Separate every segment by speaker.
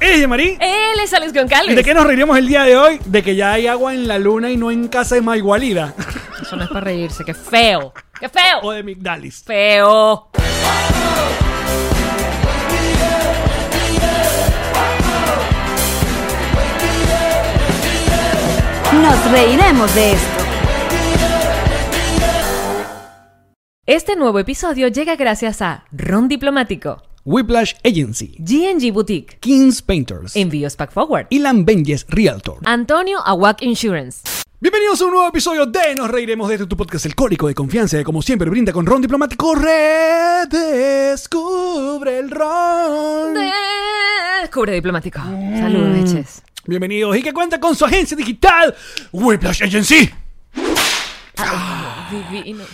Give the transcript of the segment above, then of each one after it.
Speaker 1: ¡Ey, Marí!
Speaker 2: Él es Alex
Speaker 1: ¿Y
Speaker 2: Goncalves.
Speaker 1: de qué nos reiríamos el día de hoy? De que ya hay agua en la luna y no en casa de Maigualida.
Speaker 2: Eso no es para reírse, qué feo. ¡Qué feo!
Speaker 1: o de Migdalis.
Speaker 2: feo.
Speaker 3: Nos reiremos de esto.
Speaker 2: Este nuevo episodio llega gracias a Ron Diplomático,
Speaker 1: Whiplash Agency.
Speaker 2: GNG Boutique,
Speaker 1: Kings Painters.
Speaker 2: Envíos Pack Forward,
Speaker 1: Ilan Benjes Realtor.
Speaker 2: Antonio Awak Insurance.
Speaker 1: Bienvenidos a un nuevo episodio de Nos Reiremos de este tu podcast, el córico de confianza, que como siempre brinda con Ron Diplomático. Redescubre el Ron. Mm.
Speaker 2: Descubre Diplomático. Saludos, Eches.
Speaker 1: Bienvenidos y que cuenta con su agencia digital, Whiplash Agency.
Speaker 2: Divino.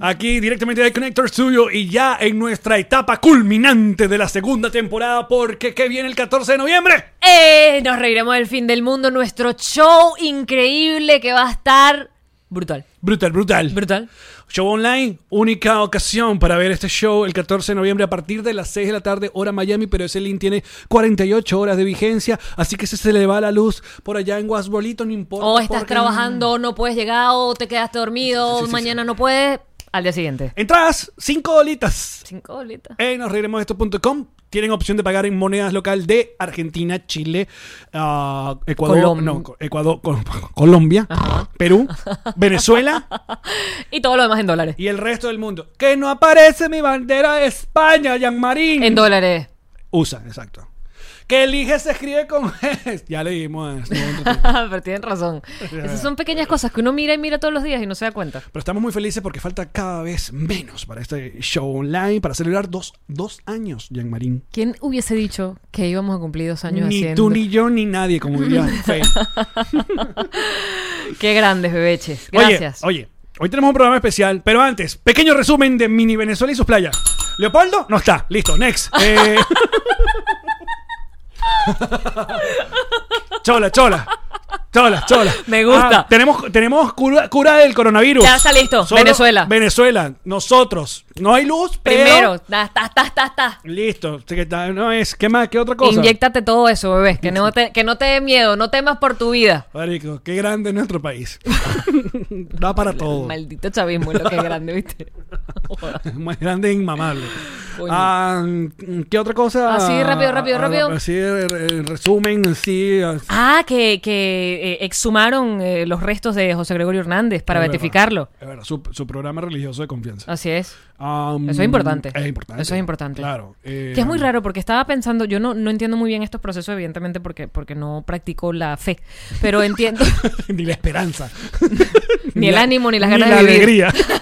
Speaker 1: Aquí directamente de Connector Studio y ya en nuestra etapa culminante de la segunda temporada, porque ¿qué viene el 14 de noviembre?
Speaker 2: Eh, nos reiremos del fin del mundo, nuestro show increíble que va a estar brutal.
Speaker 1: Brutal, brutal.
Speaker 2: Brutal.
Speaker 1: show online, única ocasión para ver este show el 14 de noviembre a partir de las 6 de la tarde, hora Miami, pero ese link tiene 48 horas de vigencia, así que si se le va la luz por allá en Guasbolito, no importa.
Speaker 2: O Oh, estás
Speaker 1: porque-
Speaker 2: trabajando, o no puedes llegar, o te quedaste dormido,
Speaker 1: Sí, sí, sí,
Speaker 2: mañana no puedes, al día siguiente.
Speaker 1: Entradas, 5 dolitas.
Speaker 2: Cinco bolitas.
Speaker 1: En nosreiremosdeesto.com tienen opción de pagar en monedas local de Argentina, Chile, ah, Ecuador,
Speaker 2: Colom-
Speaker 1: no, co- Ecuador, co- Colombia, Perú, Venezuela
Speaker 2: Y todo lo demás en dólares.
Speaker 1: y el resto del mundo. Que no aparece mi bandera de España, Jan Marín.
Speaker 2: En dólares.
Speaker 1: USA, exacto. Que elige se escribe con G. ya le dimos. este
Speaker 2: Pero tienen razón. Esas son pequeñas cosas que uno mira y mira todos los días y no se da cuenta.
Speaker 1: Pero estamos muy felices porque falta cada vez menos para este show online, para celebrar dos, dos años, Jan Marín.
Speaker 2: ¿Quién hubiese dicho que íbamos a cumplir dos años
Speaker 1: Ni
Speaker 2: haciendo?
Speaker 1: tú, ni yo, ni nadie, como diría Faye.
Speaker 2: Qué grandes, bebeches. Gracias.
Speaker 1: Oye, oye, hoy tenemos un programa especial, pero antes, pequeño resumen de Mini Venezuela y sus playas. Leopoldo no está, listo, next. Eh, chola, chola. Chola, chola.
Speaker 2: Me gusta.
Speaker 1: Ah, tenemos tenemos cura, cura del coronavirus.
Speaker 2: Ya está listo, Venezuela.
Speaker 1: Venezuela, nosotros. No hay luz, pero.
Speaker 2: Primero, ta, ta, ta, ta, ta.
Speaker 1: Listo. Así que ta- No es. ¿Qué más? ¿Qué otra cosa?
Speaker 2: Inyéctate todo eso, bebé. Que no, te, que no te dé miedo, no temas por tu vida.
Speaker 1: Marico, qué grande es nuestro país. da para todo.
Speaker 2: Maldito chavismo es lo que es grande, ¿viste?
Speaker 1: Más grande e inmamable.
Speaker 2: Coño.
Speaker 1: Ah, ¿Qué otra cosa?
Speaker 2: Así, rápido, rápido,
Speaker 1: Ah,
Speaker 2: rápido.
Speaker 1: Así, eh, eh, resumen, así. así.
Speaker 2: Ah, que, que eh, exhumaron eh, los restos de José Gregorio Hernández para
Speaker 1: Es verdad,
Speaker 2: beatificarlo.
Speaker 1: Es verdad, su, su programa religioso de confianza.
Speaker 2: Así es.
Speaker 1: Am,
Speaker 2: Ah, Eso es importante.
Speaker 1: Es importante.
Speaker 2: Eso es importante.
Speaker 1: Claro. eh,
Speaker 2: Que es muy raro porque estaba pensando, yo no, no entiendo muy bien estos procesos, evidentemente, porque, porque no practico la fe, pero entiendo
Speaker 1: ni la esperanza.
Speaker 2: ni el
Speaker 1: la-
Speaker 2: ánimo ni las
Speaker 1: ni
Speaker 2: ganas
Speaker 1: la
Speaker 2: de vivir.
Speaker 1: alegría.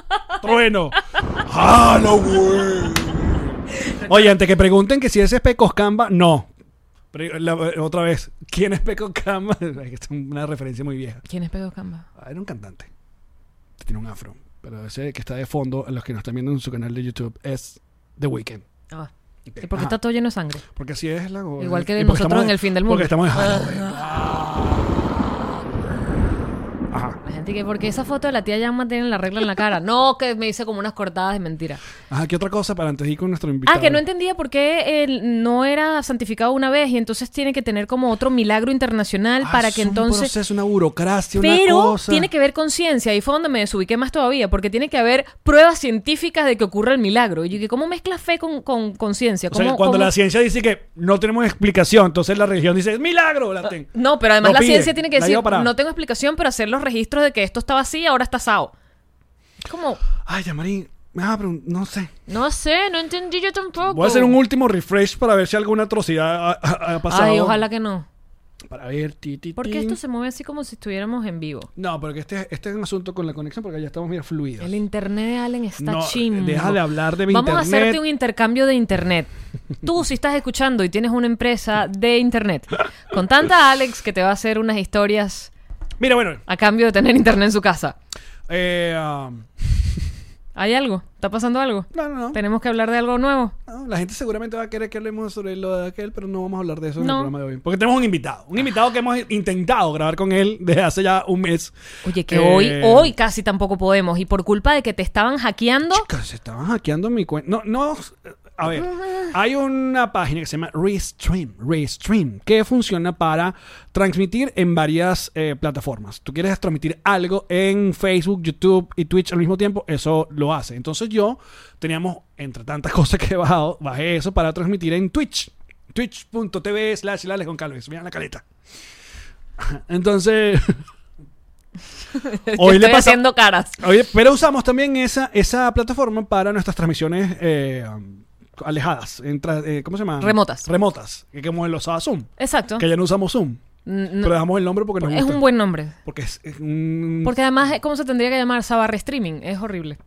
Speaker 1: Trueno. Halloween. Oye, antes que pregunten que si ese es Pecoscamba, no. Pre- la- otra vez, ¿quién es Pecoscamba? es una referencia muy vieja.
Speaker 2: ¿Quién es Pedro Camba?
Speaker 1: Ah, Era un cantante. Tiene un afro. Pero ese que está de fondo, a los que nos están viendo en su canal de YouTube, es The Weeknd.
Speaker 2: Ah.
Speaker 1: Ok.
Speaker 2: ¿Y por qué
Speaker 1: Ajá.
Speaker 2: está todo lleno de sangre?
Speaker 1: Porque así es la go-
Speaker 2: Igual que
Speaker 1: y porque
Speaker 2: nosotros
Speaker 1: estamos
Speaker 2: en el fin del mundo.
Speaker 1: Porque estamos en Halloween. Ajá.
Speaker 2: La Pues gente que, porque esa foto de la tía Llama tiene la regla en la cara. No, que me hice como unas cortadas de mentira.
Speaker 1: Ajá, ¿qué otra cosa para antes de ir con nuestro invitado?
Speaker 2: Ah, que no entendía por qué él no era santificado una vez y entonces tiene que tener como otro milagro internacional
Speaker 1: Ah,
Speaker 2: para que
Speaker 1: es
Speaker 2: entonces...
Speaker 1: Un proceso, una burocracia,
Speaker 2: Pero
Speaker 1: una cosa.
Speaker 2: tiene que ver con ciencia, y fue donde me desubiqué más todavía, porque tiene que haber pruebas científicas de que ocurra el milagro. Y yo dije, ¿cómo mezcla fe con, con, con ciencia?
Speaker 1: O sea,
Speaker 2: ¿Cómo-
Speaker 1: cuando
Speaker 2: cómo-
Speaker 1: la ciencia dice que no tenemos explicación, entonces la religión dice, milagro, la ten.
Speaker 2: No, pero además
Speaker 1: Lo
Speaker 2: la
Speaker 1: pide,
Speaker 2: ciencia tiene que
Speaker 1: la
Speaker 2: decir,
Speaker 1: lleva para-
Speaker 2: no tengo explicación, pero hacer los registros de que esto estaba así, ahora está asado. Es como,
Speaker 1: Ay, Yamarín, me vas a preguntar, no sé.
Speaker 2: no sé, no entendí yo tampoco.
Speaker 1: Voy a hacer un último refresh para ver si alguna atrocidad ha, ha- ha pasado.
Speaker 2: Ay, ojalá que no.
Speaker 1: Para ver, ti, ti,
Speaker 2: Porque
Speaker 1: tin.
Speaker 2: esto se mueve así como si estuviéramos en vivo.
Speaker 1: No, porque este, este es un asunto con la conexión porque ya estamos, mira, fluidos.
Speaker 2: El internet de Allen está
Speaker 1: No,
Speaker 2: chimbo.
Speaker 1: deja de hablar de mi
Speaker 2: Vamos a hacerte
Speaker 1: internet.
Speaker 2: un intercambio de internet. Tú, si estás escuchando y tienes una empresa de internet, con tanta Alex que te va a hacer unas historias
Speaker 1: Mira, bueno,
Speaker 2: a cambio de tener internet en su casa.
Speaker 1: eh, um,
Speaker 2: ¿Hay algo? ¿Está pasando algo?
Speaker 1: no, no, no,
Speaker 2: ¿Tenemos que hablar de algo nuevo?
Speaker 1: No, La gente seguramente va a querer que hablemos sobre lo de aquel, pero no vamos a hablar de eso en
Speaker 2: No. Ah.
Speaker 1: el programa de hoy. Porque tenemos un invitado. Un invitado que hemos intentado grabar con él desde hace ya un mes.
Speaker 2: Oye, que
Speaker 1: Eh,
Speaker 2: hoy, hoy casi tampoco podemos. Y por culpa de que te estaban hackeando,
Speaker 1: Chicas, se estaban hackeando mi cuenta. No, no. A ver, hay una página que se llama Restream, Restream, que funciona para transmitir en varias eh, plataformas. Tú quieres transmitir algo en Facebook, YouTube y Twitch al mismo tiempo, eso lo hace. Entonces yo teníamos, entre tantas cosas que he bajado, bajé eso para transmitir en Twitch. Twitch.tv slash Lales con Calves. Vean la caleta. Entonces,
Speaker 2: hoy
Speaker 1: Hoy le
Speaker 2: estoy
Speaker 1: pasa-
Speaker 2: haciendo caras.
Speaker 1: Oye, pero usamos también esa, esa plataforma para nuestras transmisiones eh, um, alejadas. en tra- eh, ¿Cómo se llama?
Speaker 2: Remotas.
Speaker 1: Remotas. Que como lo usaba Zoom.
Speaker 2: Exacto.
Speaker 1: Que ya no usamos Zoom.
Speaker 2: N- no-
Speaker 1: Pero dejamos el nombre porque nos
Speaker 2: es
Speaker 1: gusta.
Speaker 2: un buen nombre.
Speaker 1: Porque es, es un...
Speaker 2: Porque además, eh, ¿cómo se tendría que llamar esa barra streaming? Es horrible.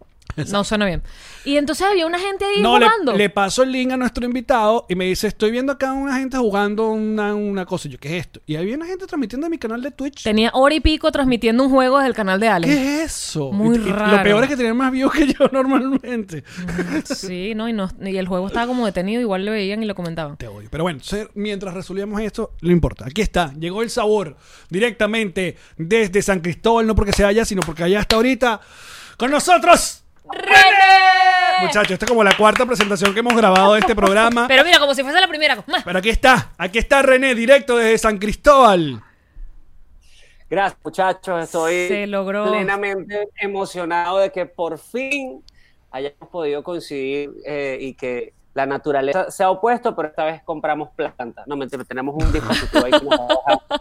Speaker 2: No suena bien. Y entonces había una gente ahí
Speaker 1: no, le,
Speaker 2: jugando.
Speaker 1: le paso el link a nuestro invitado y me dice, estoy viendo acá una gente jugando una, una cosa. Y yo, ¿qué es esto? Y había una gente transmitiendo en mi canal de Twitch.
Speaker 2: Tenía hora y pico transmitiendo un juego desde el canal de Alex.
Speaker 1: ¿Qué es eso?
Speaker 2: Muy
Speaker 1: Y- y
Speaker 2: raro.
Speaker 1: Lo peor es que tenían más views que yo normalmente.
Speaker 2: Sí, no y, no, y el juego estaba como detenido, igual lo veían y lo comentaban.
Speaker 1: Te odio. Pero bueno, se- mientras resolvíamos esto, no importa. Aquí está. Llegó el sabor directamente desde San Cristóbal, no porque sea allá, sino porque allá hasta ahorita. ¡Con nosotros! Muchachos, esta es como la cuarta presentación que hemos grabado de este programa.
Speaker 2: Pero mira, como "Ah". si fuese la primera. ¡mua!
Speaker 1: Pero aquí está, aquí está René, directo desde San Cristóbal.
Speaker 4: Gracias, muchachos. Estoy
Speaker 2: Se logró.
Speaker 4: plenamente emocionado de que por fin hayamos podido coincidir eh, y que la naturaleza se ha opuesto, pero esta vez compramos planta. No, mentira, tenemos un dispositivo ahí que nos va a dejar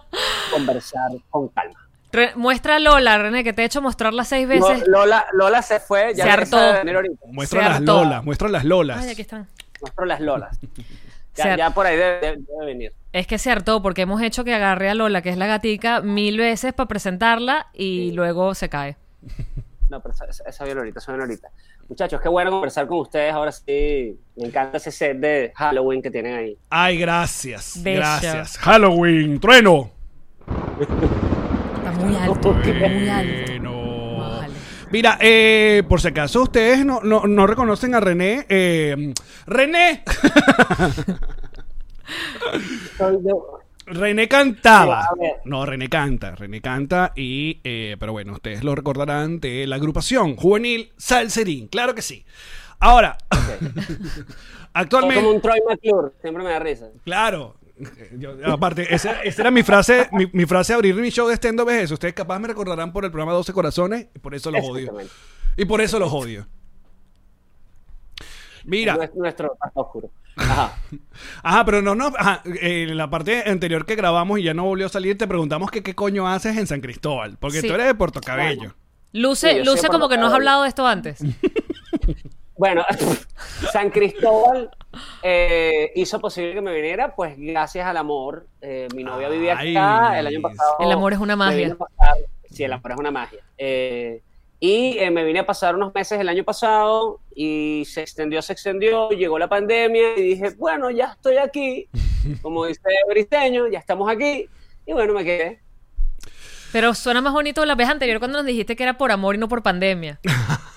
Speaker 4: conversar con calma.
Speaker 2: Re- muestra a Lola, René, que te he hecho mostrarla seis
Speaker 4: No,
Speaker 2: veces.
Speaker 4: Lola, Lola se fue,
Speaker 2: Pues Se
Speaker 4: ya regresa
Speaker 2: hartó.
Speaker 4: de venir ahorita.
Speaker 1: Muestra
Speaker 2: Se
Speaker 1: las
Speaker 2: hartó.
Speaker 1: lolas, muestra las lolas.
Speaker 2: Ay, aquí están.
Speaker 4: Muestro las Lolas.
Speaker 2: Se
Speaker 4: Ya,
Speaker 2: har-
Speaker 4: ya por ahí debe, debe- debe venir.
Speaker 2: Es que se hartó porque hemos hecho que agarre a Lola, que es la gatica, mil veces para presentarla y luego se cae.
Speaker 4: No, pero esa, esa viene ahorita, esa viene ahorita. Muchachos, qué bueno conversar con ustedes. Ahora sí, me encanta ese set de Halloween que tienen ahí.
Speaker 1: Ay, gracias.
Speaker 2: Bella.
Speaker 1: Gracias. Halloween, trueno.
Speaker 2: Está muy alto, muy alto.
Speaker 1: Trueno.
Speaker 2: Vale.
Speaker 1: Mira, eh, por si acaso ustedes no, no, no reconocen a René. eh, René,
Speaker 4: Soy yo.
Speaker 1: René cantaba.
Speaker 4: A ver.
Speaker 1: No, René canta, René canta y, eh, pero bueno, ustedes lo recordarán de la agrupación juvenil Salserín, claro que sí. Ahora,
Speaker 4: Soy como
Speaker 1: actualmente,
Speaker 4: un Troy McClure, siempre me da risa.
Speaker 1: claro. Yo- aparte, esa, esa era mi frase, mi, mi frase de abrir mi show de stand-up es eso. Ustedes capaz me recordarán por el programa 12 Corazones, y por eso los odio.
Speaker 4: Exactamente.
Speaker 1: Y por eso los odio. Mira.
Speaker 4: Nuestro, nuestro pasado oscuro. Ajá.
Speaker 1: Ajá, pero no, no. Ajá, eh, en la parte anterior que grabamos y ya no volvió a salir, te preguntamos que qué coño haces en San Cristóbal. Porque
Speaker 2: Sí.
Speaker 1: tú eres de Puerto Cabello.
Speaker 2: Luce,
Speaker 4: Sí, yo
Speaker 2: luce
Speaker 4: sé por
Speaker 2: como
Speaker 4: lo
Speaker 2: que
Speaker 4: que
Speaker 2: no has
Speaker 4: hablo.
Speaker 2: hablado de esto antes.
Speaker 4: Bueno, San Cristóbal eh, hizo posible que me viniera, pues gracias al amor. Eh, mi novia vivía
Speaker 1: Ay.
Speaker 4: acá el año pasado.
Speaker 2: El amor es una
Speaker 4: me
Speaker 2: magia.
Speaker 4: vine a pasar- sí, el amor es una magia. Eh, y eh, me vine a pasar unos meses el año pasado y se extendió, se extendió, llegó la pandemia y dije, bueno, ya estoy aquí. Como dice Briseño, ya estamos aquí. Y bueno, me quedé.
Speaker 2: Pero suena más bonito la vez anterior cuando nos dijiste que era por amor y no por pandemia.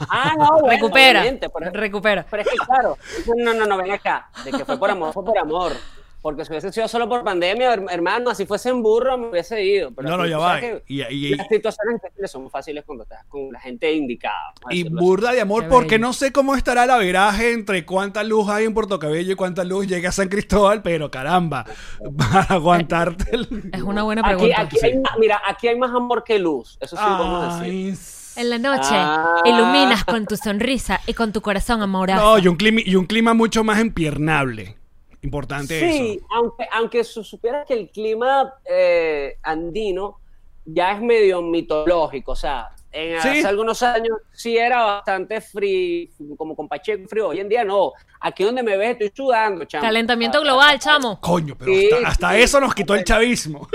Speaker 4: Ah, no, bueno,
Speaker 2: recupera,
Speaker 4: obviamente, por-
Speaker 2: recupera.
Speaker 4: Pero es que claro, no, no, no, ven acá, de que fue por amor, fue por amor. Porque si hubiese sido solo por pandemia, her- hermano, si fuese en burro me hubiese ido. Pero
Speaker 1: No, no,
Speaker 4: tú
Speaker 1: ya va.
Speaker 4: sabes
Speaker 1: Y,
Speaker 4: que
Speaker 1: y, y,
Speaker 4: Las situaciones difíciles son fáciles cuando estás con la gente indicada. vamos a
Speaker 1: y
Speaker 4: decirlo así.
Speaker 1: burda de amor,
Speaker 2: Qué
Speaker 1: porque
Speaker 2: bello.
Speaker 1: no sé cómo estará el averaje entre cuánta luz hay en Puerto Cabello y cuánta luz llega a San Cristóbal, pero caramba, para aguantarte el.
Speaker 2: Es una buena
Speaker 4: Aquí,
Speaker 2: pregunta.
Speaker 4: aquí hay, más- mira, aquí hay más amor que luz. Eso sí, vamos a decir.
Speaker 1: Ay,
Speaker 2: En la noche
Speaker 4: Ah.
Speaker 2: iluminas con tu sonrisa y con tu corazón amoroso.
Speaker 1: no, y un, clima, y un clima mucho más empiernable. Importante eso.
Speaker 4: Sí, aunque, aunque su- supieras que el clima eh, andino ya es medio mitológico, o sea, En
Speaker 1: Sí.
Speaker 4: hace algunos años sí era bastante free, como con Pacheco frío. Hoy en día no. Aquí donde me ves estoy sudando, chamo.
Speaker 2: Calentamiento
Speaker 4: Ah,
Speaker 2: global, chamo.
Speaker 1: Coño, pero
Speaker 4: Sí,
Speaker 1: hasta, hasta
Speaker 4: sí.
Speaker 1: eso nos quitó el chavismo.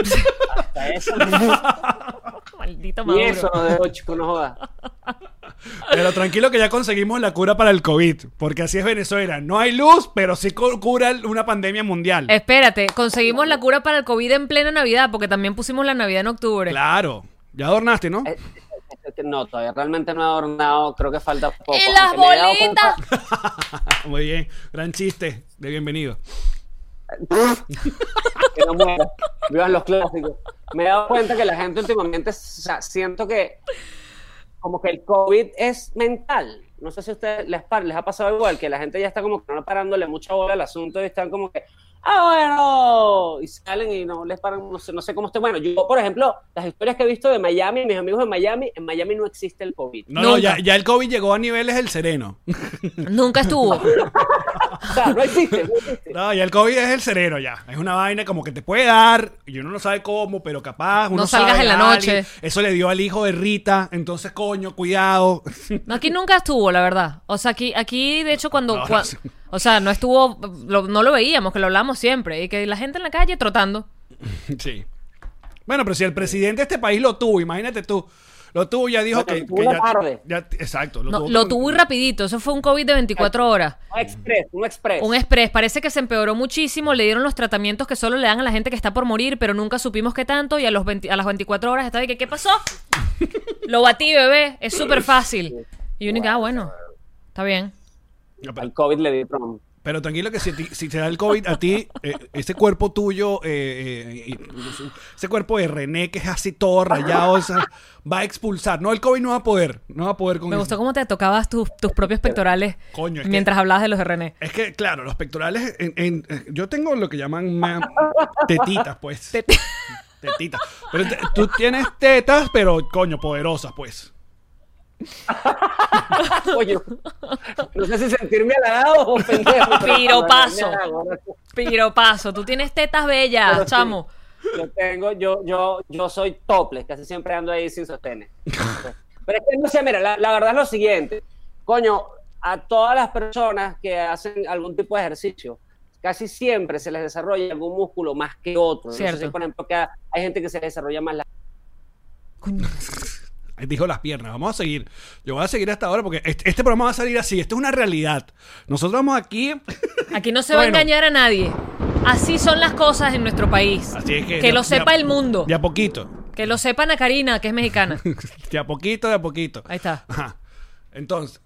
Speaker 4: hasta eso.
Speaker 2: Maldito
Speaker 4: y
Speaker 2: Maduro.
Speaker 4: eso nos dejó, chico, no jodas.
Speaker 1: Pero tranquilo que ya conseguimos la cura para el COVID. Porque así es Venezuela. No hay luz, pero sí cu- cura el- una pandemia mundial.
Speaker 2: Espérate, conseguimos la cura para el COVID en plena Navidad, porque también pusimos la Navidad en octubre.
Speaker 1: Claro. Ya adornaste, ¿no?
Speaker 4: Eh, eh, No, todavía realmente no he adornado, creo que falta poco.
Speaker 2: ¡Y las
Speaker 4: aunque me he dado
Speaker 2: bolitas!
Speaker 4: cuenta-
Speaker 1: Ah, Muy bien. Gran chiste de bienvenido.
Speaker 4: que no muera. Vivan los clásicos. Me he dado cuenta que la gente últimamente, o sea, siento que como que el COVID es mental. No sé si a ustedes les, pa- les ha pasado igual, que la gente ya está como que no parándole mucha bola al asunto y están como que, ah, bueno, y salen y no les paran, no sé, no sé cómo esté. Bueno, yo, por ejemplo, las historias que he visto de Miami, mis amigos de Miami, en Miami no existe el COVID.
Speaker 1: No, no,
Speaker 2: Nunca.
Speaker 1: ya, ya el COVID llegó a niveles del sereno.
Speaker 2: Nunca estuvo.
Speaker 4: O sea, no existe, no existe.
Speaker 1: No, ya el COVID es el sereno ya. Es una vaina como que te puede dar, y uno no sabe cómo, pero capaz. Uno
Speaker 2: No salgas
Speaker 1: sabe,
Speaker 2: en la
Speaker 1: "Ay,
Speaker 2: noche".
Speaker 1: Eso le dio al hijo de Rita, entonces coño, cuidado.
Speaker 2: No, aquí nunca estuvo, la verdad. O sea, aquí, aquí de hecho, cuando.
Speaker 1: Ahora
Speaker 2: cua-
Speaker 1: sí.
Speaker 2: o sea, no estuvo. lo- no lo veíamos, que lo hablábamos siempre. Y que la gente en la calle trotando.
Speaker 1: sí. Bueno, pero si el presidente de este país lo tuvo, imagínate tú. Lo tuvo ya dijo
Speaker 4: Lo
Speaker 1: que,
Speaker 4: tuvo
Speaker 1: que
Speaker 4: una
Speaker 1: ya,
Speaker 4: tarde.
Speaker 1: ya- Exacto.
Speaker 2: No, lo tuvo y rapidito. Eso fue un COVID de 24 horas.
Speaker 4: Un express, un express.
Speaker 2: Un express. Parece que se empeoró muchísimo. Le dieron los tratamientos que solo le dan a la gente que está por morir, pero nunca supimos qué tanto. Y a, los 20 a las 24 horas está de que, ¿qué pasó? lo batí, bebé. Es súper fácil. Y uno, y que, ah, bueno. Está bien.
Speaker 1: No, pero-
Speaker 4: Al COVID le di prom.
Speaker 1: Pero tranquilo que si, a ti- si te da el COVID a ti, eh, ese cuerpo tuyo, eh, eh, y- ese cuerpo de René que es así todo rayado, o sea, va a expulsar. No, el COVID no va a poder, no va a poder con
Speaker 2: Me
Speaker 1: eso.
Speaker 2: gustó cómo te tocabas tus, tus propios pectorales
Speaker 1: Coño, es que-
Speaker 2: mientras hablabas de los de René.
Speaker 1: Es que, claro, los pectorales, en- en- eh, yo tengo lo que llaman ma- tetitas, pues. tetitas. Pero te- tú tienes tetas, pero coño, poderosas, pues.
Speaker 4: Coño. No sé si sentirme halagado o pendejo. pero-
Speaker 2: Piropazo.
Speaker 4: Me halago, ¿no?
Speaker 2: Piropazo, tú tienes tetas bellas,
Speaker 4: Pero sí.
Speaker 2: chamo.
Speaker 4: Yo tengo, yo, yo, yo soy topless, casi siempre ando ahí sin sostener. Pero es que no sé, mira, la, la verdad es lo siguiente. Coño, a todas las personas que hacen algún tipo de ejercicio, casi siempre se les desarrolla algún músculo más que otro. No sé
Speaker 2: Cierto.
Speaker 4: si, por ejemplo, que hay gente que se les desarrolla más la
Speaker 1: Ahí Dijo las piernas. Vamos a seguir. Yo voy a seguir hasta ahora porque este, este programa va a salir así. Esto es una realidad. Nosotros vamos aquí.
Speaker 2: Aquí no se
Speaker 1: Bueno.
Speaker 2: va a engañar a nadie. Así son las cosas en nuestro país.
Speaker 1: Así es que.
Speaker 2: lo
Speaker 1: de a-
Speaker 2: sepa el mundo.
Speaker 1: De a poquito.
Speaker 2: Que lo sepa Ana Karina, que es mexicana.
Speaker 1: De a poquito, de a poquito.
Speaker 2: Ahí está.
Speaker 1: Ajá. Entonces.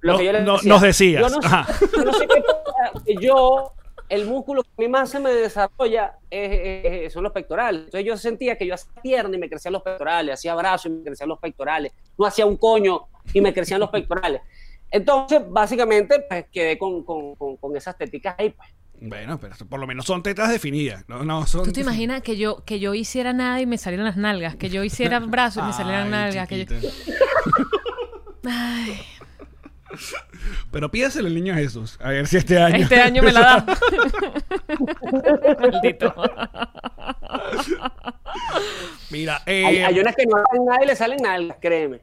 Speaker 4: Lo
Speaker 1: No-
Speaker 4: que yo les
Speaker 1: no- nos decías.
Speaker 4: Yo no, sé-
Speaker 1: Ajá.
Speaker 4: yo no sé qué pasa, que yo, el músculo que a mí más se me desarrolla es- es- es- son los pectorales. Entonces yo sentía que yo hacía pierna y me crecían los pectorales, hacía brazo y me crecían los pectorales, no hacía un coño y me crecían los pectorales. Entonces, básicamente, pues quedé con, con- con- con esas teticas ahí. Pues.
Speaker 1: Bueno, pero por lo menos son tetas definidas. No, no son.
Speaker 2: ¿Tú te imaginas que yo, que yo hiciera nada y me salieran las nalgas? Que yo hiciera brazos y me salieran
Speaker 1: Ay,
Speaker 2: nalgas. Que yo-
Speaker 1: chiquita. Pero pídaselo al niño Jesús. A ver si este año.
Speaker 2: Este año me la da. Maldito.
Speaker 1: Mira, eh,
Speaker 4: Hay, hay unas que no hacen nada y le salen nalgas, créeme.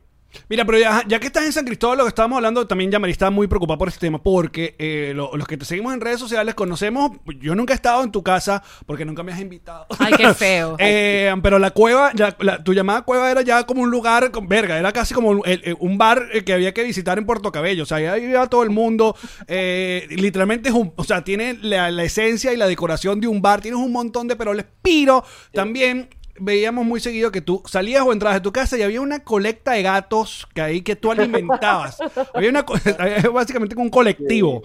Speaker 1: mira, pero ya, ya que estás en San Cristóbal, lo que estábamos hablando, también Yamari está muy preocupada por este tema, porque eh, lo- los que te seguimos en redes sociales conocemos, yo nunca he estado en tu casa porque nunca me has invitado.
Speaker 2: Ay, qué feo.
Speaker 1: Eh, pero la cueva, ya- la- tu llamada cueva era ya como un lugar, con- verga, era casi como un, el- el- un bar eh, que había que visitar en Puerto Cabello. O sea, ahí iba todo el mundo. eh, literalmente es un, o sea, tiene la, la esencia y la decoración de un bar. Tienes un montón de peroles, pero también veíamos muy seguido que tú salías o entrabas de tu casa y había una colecta de gatos que ahí que tú alimentabas. había una, co- había básicamente un colectivo.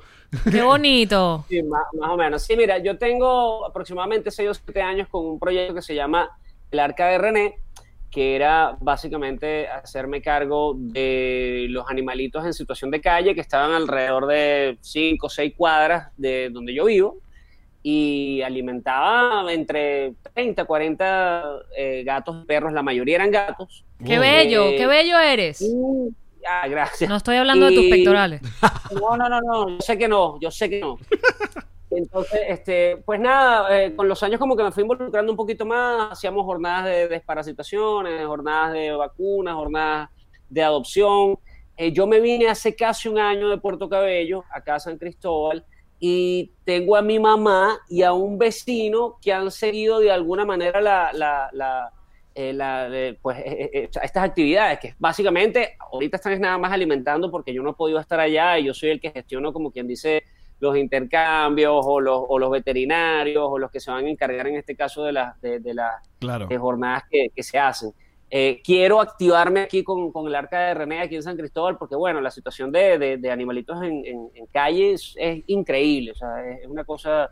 Speaker 2: Qué bonito.
Speaker 4: Sí, ma- más, o menos. Sí, mira, yo tengo aproximadamente 6 o 7 años con un proyecto que se llama El Arca de René, que era básicamente hacerme cargo de los animalitos en situación de calle que estaban alrededor de 5 o 6 cuadras de donde yo vivo y alimentaba entre 30, 40 eh, gatos y perros, la mayoría eran gatos.
Speaker 2: Qué
Speaker 1: Wow.
Speaker 2: bello,
Speaker 4: Eh,
Speaker 2: qué bello eres.
Speaker 4: Y- ah, gracias.
Speaker 2: No estoy hablando de tus
Speaker 4: Y-
Speaker 2: pectorales.
Speaker 4: no, no, no, no, yo sé que no, yo sé que no. Entonces, este, pues nada, eh, con los años como que me fui involucrando un poquito más, hacíamos jornadas de desparasitaciones, jornadas de vacunas, jornadas de adopción. Eh, yo me vine hace casi un año de Puerto Cabello, acá a San Cristóbal, y tengo a mi mamá y a un vecino que han seguido de alguna manera la, la- la- eh, la- eh, pues, eh, eh, estas actividades, que básicamente ahorita están es nada más alimentando porque yo no he podido estar allá y yo soy el que gestiono, como quien dice, los intercambios o los, o los veterinarios o los que se van a encargar en este caso de las de, de las
Speaker 1: Claro.
Speaker 4: de jornadas que, que se hacen. Eh, quiero activarme aquí con, con el arca de René aquí en San Cristóbal porque, bueno, la situación de, de- de animalitos en, en, en calle es, es increíble, o sea, es, es una cosa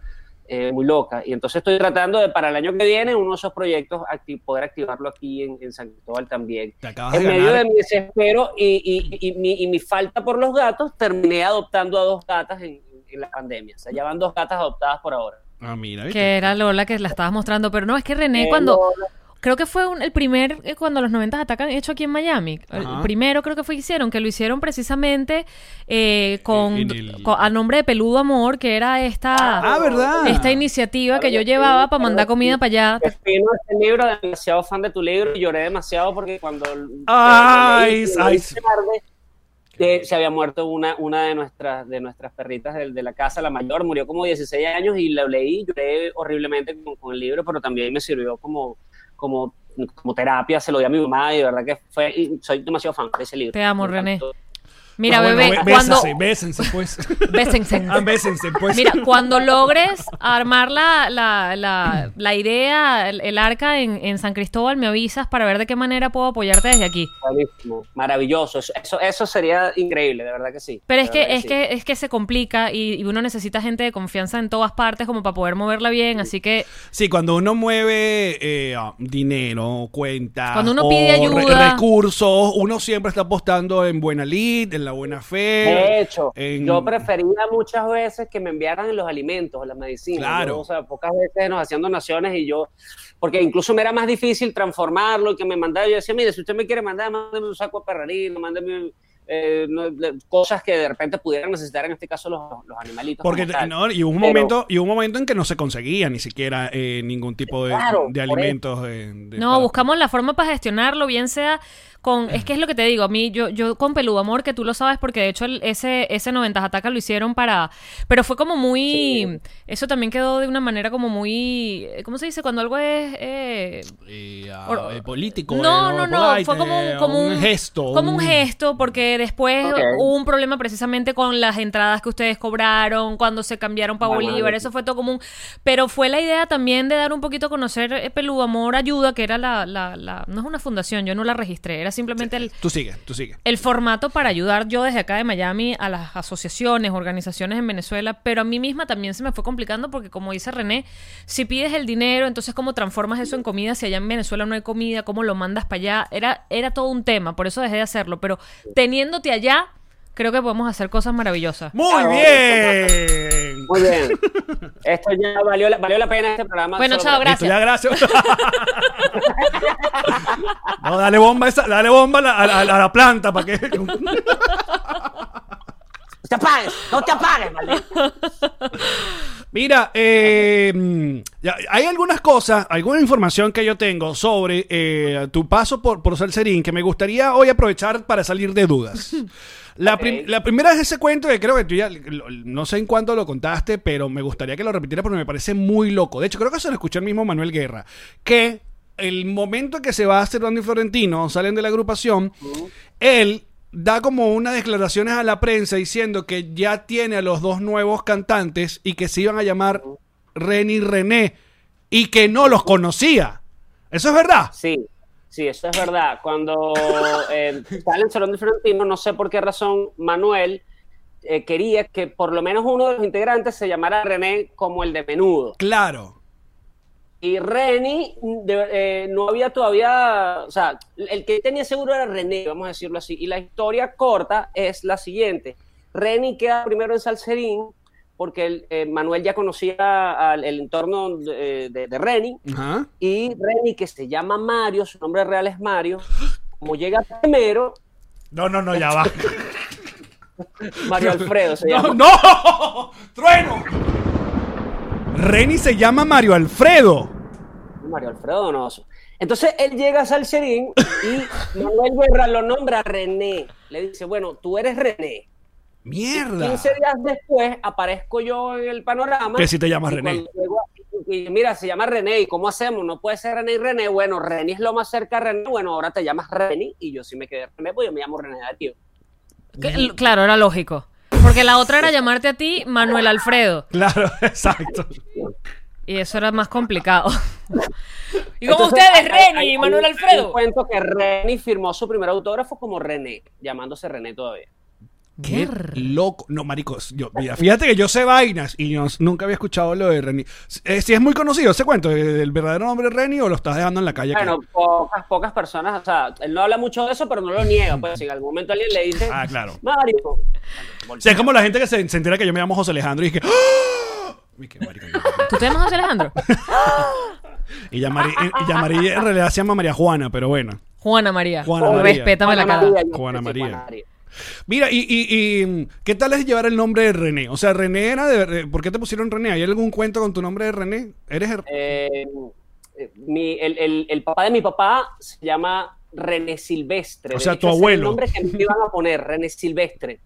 Speaker 4: eh, muy loca. Y entonces estoy tratando de, para el año que viene, uno de esos proyectos, acti- poder activarlo aquí en, en San Cristóbal también.
Speaker 1: Te acabas de
Speaker 4: En medio de
Speaker 1: ganar.
Speaker 4: mi desespero y, y- y mi, y mi falta por los gatos, terminé adoptando a dos gatas en, en la pandemia. O sea, ya van dos gatas adoptadas por ahora.
Speaker 1: Ah, mira,
Speaker 2: Que
Speaker 1: ¿viste?
Speaker 2: era Lola que la estabas mostrando, pero no, es que René
Speaker 4: Eh,
Speaker 2: cuando...
Speaker 4: no,
Speaker 2: Creo que fue un- el primer, eh, cuando los 90 atacan, hecho aquí en Miami. El
Speaker 1: Ajá.
Speaker 2: primero creo que fue que hicieron, que lo hicieron precisamente eh, con,
Speaker 1: En el-
Speaker 2: con- a nombre de Peludo Amor, que era esta,
Speaker 1: Ah, ¿verdad?
Speaker 2: esta iniciativa que
Speaker 4: Claro
Speaker 2: yo
Speaker 4: que sí,
Speaker 2: llevaba para
Speaker 4: claro
Speaker 2: mandar
Speaker 4: que
Speaker 2: comida
Speaker 4: sí.
Speaker 2: para allá.
Speaker 4: Qué fino este libro, demasiado fan de tu libro y lloré demasiado porque cuando
Speaker 1: Ay,
Speaker 4: cuando lo
Speaker 1: ay.
Speaker 4: leí tarde, eh, se había muerto una, una de nuestras de nuestras perritas del- de, la casa, la mayor, murió como 16 años y la leí, lloré horriblemente con, con el libro, pero también me sirvió como, como, como terapia, se lo di a mi mamá y de verdad que fue, y soy demasiado fan de ese libro.
Speaker 2: Te amo,
Speaker 4: Por
Speaker 2: René.
Speaker 4: tanto,
Speaker 2: Mira,
Speaker 1: Ah, bueno,
Speaker 2: bebé,
Speaker 1: bé-
Speaker 2: cuando...
Speaker 1: Bésense, bésense, pues.
Speaker 2: Bésense.
Speaker 1: Ah, bésense, pues.
Speaker 2: Mira, cuando logres armar la, la, la, la idea, el, el arca en, en San Cristóbal, me avisas para ver de qué manera puedo apoyarte desde aquí.
Speaker 4: buenísimo, maravilloso, eso, eso, eso sería increíble, de verdad que sí.
Speaker 2: Pero
Speaker 4: de
Speaker 2: es que,
Speaker 4: verdad
Speaker 2: es
Speaker 4: sí.
Speaker 2: que, es que se complica y, y uno necesita gente de confianza en todas partes como para poder moverla bien. Así que
Speaker 1: Sí, cuando uno mueve eh, ah, dinero, cuentas,
Speaker 2: Cuando uno
Speaker 1: o
Speaker 2: pide ayuda.
Speaker 1: recursos, uno siempre está apostando en buena lid, en la buena
Speaker 4: De
Speaker 1: fe.
Speaker 4: hecho,
Speaker 1: en-
Speaker 4: yo prefería muchas veces que me enviaran los alimentos, las medicinas.
Speaker 1: Claro.
Speaker 4: Yo, o sea, pocas veces nos hacían donaciones y yo, porque incluso me era más difícil transformarlo y que me mandara. Yo decía, mire, si usted me quiere mandar, mándeme un saco de perrerino, mándeme eh, no- de- cosas que de repente pudieran necesitar, en este caso, los, los animalitos.
Speaker 1: Porque
Speaker 4: como tal.
Speaker 1: no, y hubo un
Speaker 4: Pero-
Speaker 1: momento, y hubo un momento en que no se conseguía ni siquiera eh, ningún tipo de,
Speaker 4: Claro,
Speaker 1: de
Speaker 4: por
Speaker 1: alimentos. de- de-
Speaker 2: no,
Speaker 1: para-
Speaker 2: buscamos la forma para gestionarlo, bien sea con... Es que es lo que te digo, a mí yo, yo con Peludo Amor, que tú lo sabes porque de hecho el- ese, ese 90 Ataca lo hicieron para... Pero fue como muy... Eso también quedó de una manera como muy... ¿Cómo se dice? Cuando algo es... eh,
Speaker 1: eh, ah,
Speaker 2: Or-
Speaker 1: eh, político.
Speaker 2: No,
Speaker 1: eh,
Speaker 2: no, no,
Speaker 1: polite,
Speaker 2: fue como
Speaker 1: eh,
Speaker 2: un, como un,
Speaker 1: gesto.
Speaker 2: Como un gesto, porque después
Speaker 4: Ok.
Speaker 2: hubo un problema precisamente con las entradas que ustedes cobraron, cuando se cambiaron para
Speaker 4: Ah,
Speaker 2: Bolívar,
Speaker 4: vale.
Speaker 2: eso fue todo común. Pero fue la idea también de dar un poquito a conocer eh, Peludo Amor Ayuda, que era la, la, la- No es una fundación, yo no la registré, era simplemente el,
Speaker 1: Tú sigue, tú sigue.
Speaker 2: el formato para ayudar yo desde acá de Miami a las asociaciones, organizaciones en Venezuela, pero a mí misma también se me fue complicando porque como dice René, si pides el dinero, entonces cómo transformas eso en comida, si allá en Venezuela no hay comida, cómo lo mandas para allá, era, era todo un tema, por eso dejé de hacerlo, pero teniéndote allá, creo que podemos hacer cosas maravillosas.
Speaker 1: Muy
Speaker 4: Ahora,
Speaker 1: bien.
Speaker 4: Muy bien. Esto ya valió la, valió la pena este programa.
Speaker 2: Bueno,
Speaker 4: solo
Speaker 2: chao,
Speaker 4: por-
Speaker 2: gracias.
Speaker 1: Listo, ya, gracias. no, dale bomba, a esa, dale bomba a la, a la- a la planta para que.
Speaker 4: ¡No te apagues! ¡No te apagues, maldito!
Speaker 1: Mira, eh, mm, ya- hay algunas cosas, alguna información que yo tengo sobre eh, tu paso por, por Salserín que me gustaría hoy aprovechar para salir de dudas. La, prim-
Speaker 4: Ok.
Speaker 1: la primera es ese cuento que creo que tú ya, lo- no sé en cuánto lo contaste, pero me gustaría que lo repitiera porque me parece muy loco. De hecho, creo que se lo escuchó el mismo Manuel Guerra, que el momento en que se va a Cervando y Florentino, salen de la agrupación, él da como unas declaraciones a la prensa diciendo que ya tiene a los dos nuevos cantantes y que se iban a llamar Ren y René y que no los conocía. ¿Eso es verdad?
Speaker 4: Sí, sí, eso es verdad. Cuando eh, sale el Salón del Florentino, no sé por qué razón, Manuel eh, quería que por lo menos uno de los integrantes se llamara René como el de menudo.
Speaker 1: Claro.
Speaker 4: Y Reni de- eh, no había todavía, o sea, el que tenía seguro era René, vamos a decirlo así. Y la historia corta es la siguiente. Reni queda primero en Salserín porque el, eh, Manuel ya conocía al, el entorno eh, de, de, de Reni
Speaker 1: Ajá.
Speaker 4: y Reni, que se llama Mario, su nombre real es Mario, como llega primero,
Speaker 1: No, no, no, ya va.
Speaker 4: Mario Alfredo se
Speaker 1: ¡No!
Speaker 4: llama.
Speaker 1: no. ¡Trueno! Reni se llama Mario Alfredo.
Speaker 4: Mario Alfredo Donoso. Entonces él llega a Salserín y Manuel Guerra lo nombra René. Le dice, bueno, tú eres René.
Speaker 1: Mierda.
Speaker 4: 15 días después aparezco yo en el panorama.
Speaker 1: Que si te llamas
Speaker 4: y
Speaker 1: René.
Speaker 4: cuando llego a- y mira, se llama René, ¿y cómo hacemos? No puede ser René y René. Bueno, René es lo más cerca a René. Bueno, ahora te llamas René y yo sí me quedé René, pues yo me llamo René Darío.
Speaker 2: Que- l- claro, era lógico. Porque la otra era llamarte a ti Manuel Alfredo.
Speaker 1: Claro, exacto.
Speaker 2: Y eso era más complicado. y como
Speaker 4: Entonces, hay-
Speaker 2: ustedes,
Speaker 4: hay-
Speaker 2: Reni
Speaker 4: hay
Speaker 2: y Manuel
Speaker 4: un-
Speaker 2: Alfredo.
Speaker 4: Un cuento que René firmó su primer autógrafo como René, llamándose René todavía.
Speaker 1: Qué
Speaker 2: Brr.
Speaker 1: loco. No, maricos. Yo, mira, fíjate que yo sé vainas y yo nunca había escuchado lo de Renny. Eh, si es muy conocido ese cuento, eh, el verdadero nombre Renny o lo estás dejando en la calle. aquí?
Speaker 4: Bueno, pocas, pocas personas, o sea, él no habla mucho de eso, pero no lo niega. Pues si en algún momento alguien le dice,
Speaker 1: Ah, claro.
Speaker 4: Mario,
Speaker 1: O sea, es como la gente que se, se entera que yo me llamo José Alejandro y es que. ¡Ah! Uy, qué marico.
Speaker 2: ¿Tú te llamas José Alejandro?
Speaker 1: Y ya Mari- y ya María en realidad se llama María Juana, pero bueno.
Speaker 2: Juana María.
Speaker 1: Juana
Speaker 2: Oh,
Speaker 1: María.
Speaker 2: Respétame la cara.
Speaker 4: María, yo
Speaker 1: Juana
Speaker 4: sé,
Speaker 1: María.
Speaker 4: Juana María.
Speaker 1: Mira, y, y- y, ¿qué tal es llevar el nombre de René? O sea, René era de. eh, ¿Por qué te pusieron René? ¿Hay algún cuento con tu nombre de René? ¿Eres el-
Speaker 4: Eh, eh, mi- el, el- el papá de mi papá se llama René Silvestre.
Speaker 1: O
Speaker 4: De
Speaker 1: sea,
Speaker 4: hecho,
Speaker 1: tu
Speaker 4: ese es
Speaker 1: abuelo.
Speaker 4: El nombre que me iban a poner, René Silvestre.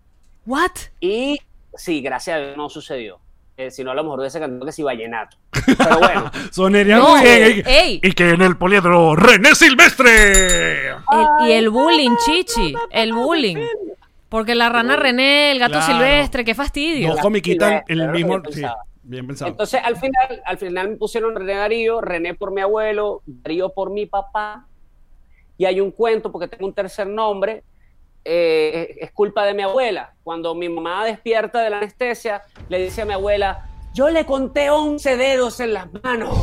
Speaker 2: ¿What?
Speaker 4: Y sí, gracias a Dios no sucedió. Eh, si no, a lo mejor hubiese cantado que si vallenato. Pero bueno.
Speaker 1: Sonería
Speaker 2: No, eh,
Speaker 1: muy bien. eh,
Speaker 2: ey.
Speaker 1: Y que en el poliedro, René Silvestre.
Speaker 2: El- y el bullying, Chichi. El bullying. Porque la rana René, el gato
Speaker 1: Claro.
Speaker 2: silvestre, qué fastidio.
Speaker 1: Dos comiquitas,
Speaker 4: Silvestre,
Speaker 1: el
Speaker 4: era lo que
Speaker 1: mismo.
Speaker 4: yo
Speaker 1: Sí,
Speaker 4: pensaba.
Speaker 1: bien pensado.
Speaker 4: Entonces, al final, al final me pusieron René Darío, René por mi abuelo, Darío por mi papá. Y hay un cuento, porque tengo un tercer nombre, eh, es culpa de mi abuela. Cuando mi mamá despierta de la anestesia, le dice a mi abuela, yo le conté 11 dedos en las manos.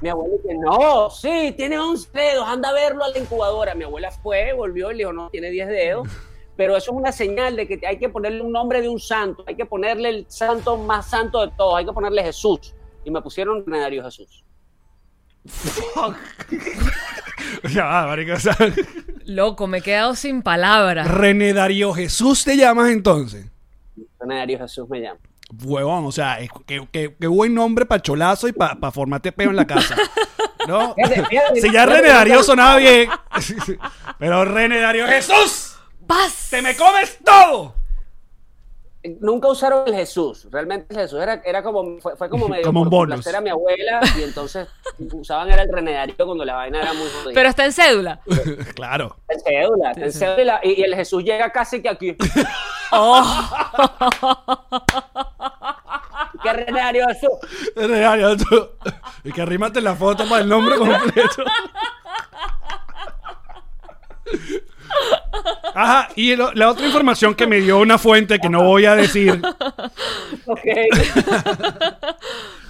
Speaker 4: Mi abuela dice, no, sí, tiene 11 dedos, anda a verlo a la incubadora. Mi abuela fue, volvió y le dijo, no, tiene 10 dedos. Pero eso es una señal de que hay que ponerle un nombre de un santo, hay que ponerle el santo más santo de todos, hay que ponerle Jesús. Y me pusieron René Darío Jesús.
Speaker 1: Ya va, marico, o sea,
Speaker 2: Loco, me he quedado sin palabras.
Speaker 1: René Darío Jesús te llamas entonces.
Speaker 4: René Darío Jesús me llama.
Speaker 1: Huevón, o sea, es- qué, qué- qué buen nombre para cholazo y para formarte peo en la casa. ¿No?
Speaker 4: Fíjate, fíjate,
Speaker 1: si ya
Speaker 4: fíjate,
Speaker 1: René Darío
Speaker 4: fíjate.
Speaker 1: sonaba bien. Pero René Darío Jesús,
Speaker 2: ¡Paz!
Speaker 1: te me comes todo.
Speaker 4: Nunca usaron el Jesús, realmente el Jesús era, era como, fue, fue como medio
Speaker 1: Como un
Speaker 4: por
Speaker 1: bonus.
Speaker 4: complacer a mi abuela y entonces usaban era el René Darío cuando la vaina era muy jodida.
Speaker 2: Pero está en cédula.
Speaker 1: claro.
Speaker 4: En cédula, en cédula, y, y el Jesús llega casi que aquí. ¡Qué René Darío Jesús!
Speaker 1: René Darío tú- Y que arrímate la foto para el nombre completo. Ajá, y lo- la otra información que me dio una fuente que no voy a decir
Speaker 4: Ok.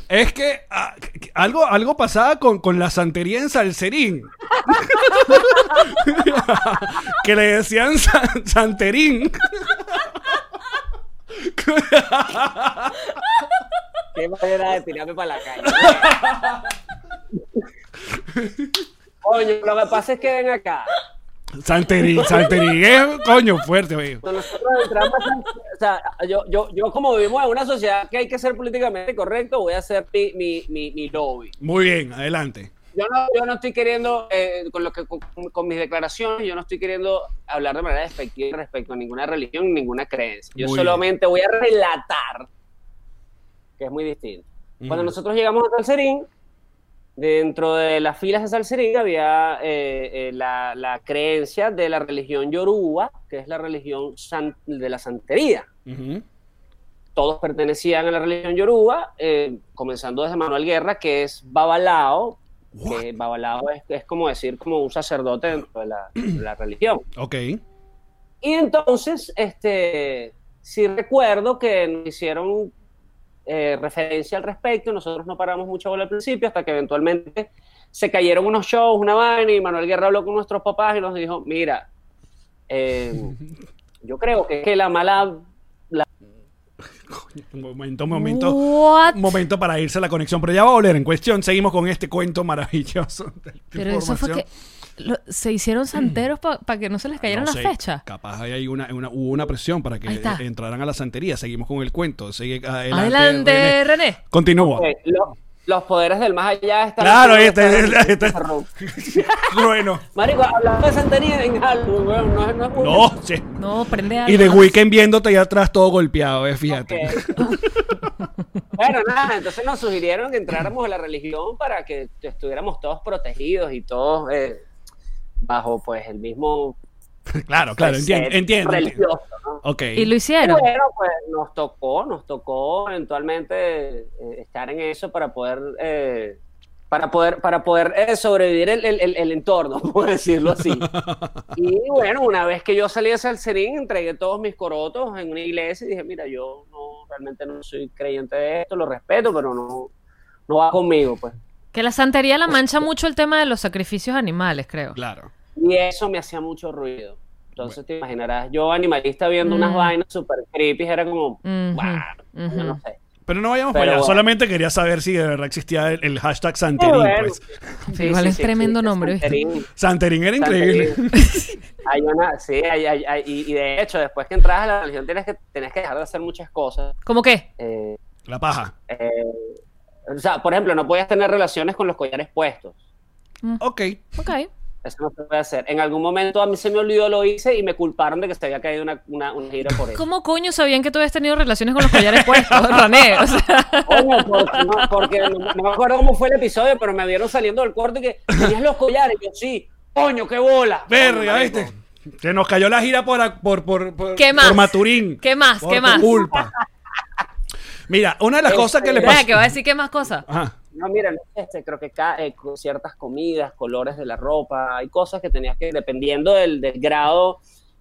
Speaker 1: Es que ah, que- que algo, algo pasaba con, con la santería en Salserín. que le decían san- Santerín.
Speaker 4: Qué manera de tirarme para la calle. Coño, lo que pasa es que ven acá.
Speaker 1: Santerín, Santerín. Es, coño, fuerte, oye.
Speaker 4: Cuando Nosotros entramos, o sea, yo, yo, yo como vivimos en una sociedad que hay que ser políticamente correcto, voy a hacer mi, mi, mi, mi lobby.
Speaker 1: Muy bien, adelante.
Speaker 4: Yo no, yo no estoy queriendo, eh, con, lo que, con, con mis declaraciones, yo no estoy queriendo hablar de manera despectiva respecto a ninguna religión, ninguna creencia. Yo
Speaker 1: Muy bien.
Speaker 4: solamente voy a relatar, que es muy distinto. Cuando nosotros llegamos a Salserín, dentro de las filas de Salserín había eh, eh, la, la creencia de la religión yoruba, que es la religión san- de la santería
Speaker 1: Ujú.
Speaker 4: todos pertenecían a la religión yoruba, eh, comenzando desde Manuel Guerra, que es babalao, que babalao es, es como decir como un sacerdote dentro de la, de la religión.
Speaker 1: Ok.
Speaker 4: Y entonces, este, sí recuerdo que nos hicieron eh, referencia al respecto, nosotros no paramos mucho bola al principio, hasta que eventualmente se cayeron unos shows, una vaina, y Manuel Guerra habló con nuestros papás y nos dijo, mira, eh, yo creo que, que la mala
Speaker 1: Un momento, un momento.
Speaker 2: Uh. What?
Speaker 1: Un momento para irse a la conexión, pero ya va a volver en cuestión. Seguimos con este cuento maravilloso. de esta
Speaker 2: Pero eso fue
Speaker 1: información. Ah,
Speaker 2: que lo- se hicieron santeros para que no se les cayeran
Speaker 1: No
Speaker 2: las
Speaker 1: sé,
Speaker 2: fechas.
Speaker 1: Capaz ahí hay una, una- hubo una presión para que
Speaker 2: Ahí está.
Speaker 1: eh, entraran a la santería. Seguimos con el cuento. Sigue ah, adelante.
Speaker 2: Adelante,
Speaker 1: René.
Speaker 2: René.
Speaker 1: Continúa.
Speaker 4: Ok, lo- Los poderes del más allá están.
Speaker 1: Claro,
Speaker 4: aquí,
Speaker 1: este-
Speaker 4: están aquí,
Speaker 1: este-
Speaker 4: en Jarrón.
Speaker 1: Trueno.
Speaker 4: Marico, hablando de santería en Halloween, weón, no, es- no es
Speaker 1: No,
Speaker 4: bullying.
Speaker 1: che.
Speaker 2: No, prende algo.
Speaker 1: Y de Weekend viéndote allá atrás todo golpeado, eh, fíjate.
Speaker 4: Ok. bueno, nada, entonces nos sugirieron que entráramos a la religión para que estuviéramos todos protegidos y todos eh, bajo pues el mismo
Speaker 1: claro, claro, entiendo,
Speaker 4: ser
Speaker 1: entiendo. entiendo.
Speaker 4: religioso, ¿no?
Speaker 1: Ok.
Speaker 2: Y lo hicieron.
Speaker 4: Bueno, pues nos tocó, nos tocó eventualmente eh, estar en eso para poder, eh, para poder, para poder eh, sobrevivir el, el- el- el entorno, por decirlo así. Y bueno, una vez que yo salí de Salserín, entregué todos mis corotos en una iglesia y dije, mira, yo no, realmente no soy creyente de esto, lo respeto, pero no, no va conmigo, pues.
Speaker 2: Que la santería la mancha mucho el tema de los sacrificios animales, creo.
Speaker 1: Pues Claro.
Speaker 4: Y eso me hacía mucho ruido. Entonces te imaginarás, yo animalista viendo unas
Speaker 2: Mm.
Speaker 4: vainas super creepy, era como,
Speaker 2: Ujú,
Speaker 4: "Guau, yo
Speaker 2: ujú.
Speaker 4: no sé.
Speaker 1: Pero no vayamos
Speaker 4: Pero
Speaker 1: para allá.
Speaker 4: bueno.
Speaker 1: Solamente quería saber si de verdad existía el, el hashtag Santerín,
Speaker 4: bueno.
Speaker 1: pues.
Speaker 2: Igual es tremendo
Speaker 4: existe
Speaker 2: nombre, ¿viste?
Speaker 4: Santerín,
Speaker 1: Santerín era increíble.
Speaker 4: Santerín. Hay una, sí, hay- hay- hay- y, y de hecho, después que entras a la religión tienes que, tienes que dejar de hacer muchas cosas.
Speaker 2: ¿Cómo qué?
Speaker 4: Eh,
Speaker 1: La paja.
Speaker 4: eh, o sea, por ejemplo, no podías tener relaciones con los collares puestos.
Speaker 1: Ok.
Speaker 2: Ok.
Speaker 4: Eso no se puede hacer. En algún momento a mí se me olvidó, lo hice y me culparon de que se había caído una, una, una gira por eso.
Speaker 2: ¿Cómo coño sabían que tú habías tenido relaciones con los collares puestos, Rané? O sea,
Speaker 4: Coño, porque, no, porque no, no me acuerdo cómo fue el episodio, pero me vieron saliendo del cuarto y que tenías los collares. Y yo, sí, coño, qué bola. Coño,
Speaker 1: Verga,
Speaker 4: marico.
Speaker 1: ¿viste? Se nos cayó la gira por, a- por, por, por,
Speaker 2: ¿Qué más?
Speaker 1: por Maturín.
Speaker 2: ¿Qué más?
Speaker 1: Por
Speaker 2: ¿Qué
Speaker 1: tu
Speaker 2: más? Este,
Speaker 1: culpa. Mira, una de las cosas que le
Speaker 2: ¿verdad?
Speaker 1: pasó.
Speaker 2: que va a decir qué más cosas.
Speaker 1: Ajá.
Speaker 4: No, mira, no sé, este, creo que ca- eh, con ciertas comidas, colores de la ropa, hay cosas que tenías que, dependiendo del, del grado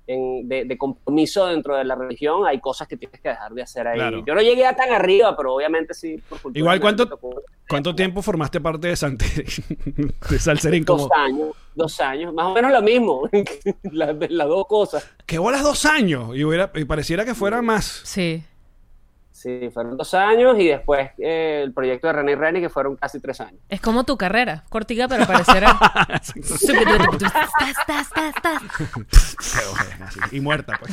Speaker 4: en- de, de compromiso dentro de la religión, hay cosas que tienes que dejar de hacer ahí.
Speaker 1: Claro.
Speaker 4: Yo no llegué a tan arriba, pero obviamente sí. por cultura
Speaker 1: Igual,
Speaker 4: me
Speaker 1: ¿cuánto-
Speaker 4: tocó
Speaker 1: ¿Cuánto tiempo formaste parte de Santerín? De Salserín,
Speaker 4: Dos
Speaker 1: como.
Speaker 4: años, dos años, más o menos lo mismo, la- las dos cosas.
Speaker 1: Que bolas dos años. Y, hubiera, y pareciera que fuera más.
Speaker 2: Sí.
Speaker 4: Sí, fueron dos años y después eh, el proyecto de René y René, que fueron casi tres años.
Speaker 2: Es como tu carrera, cortica pero parecerá. Tas, tas, tas, tas.
Speaker 1: y muerta, pues.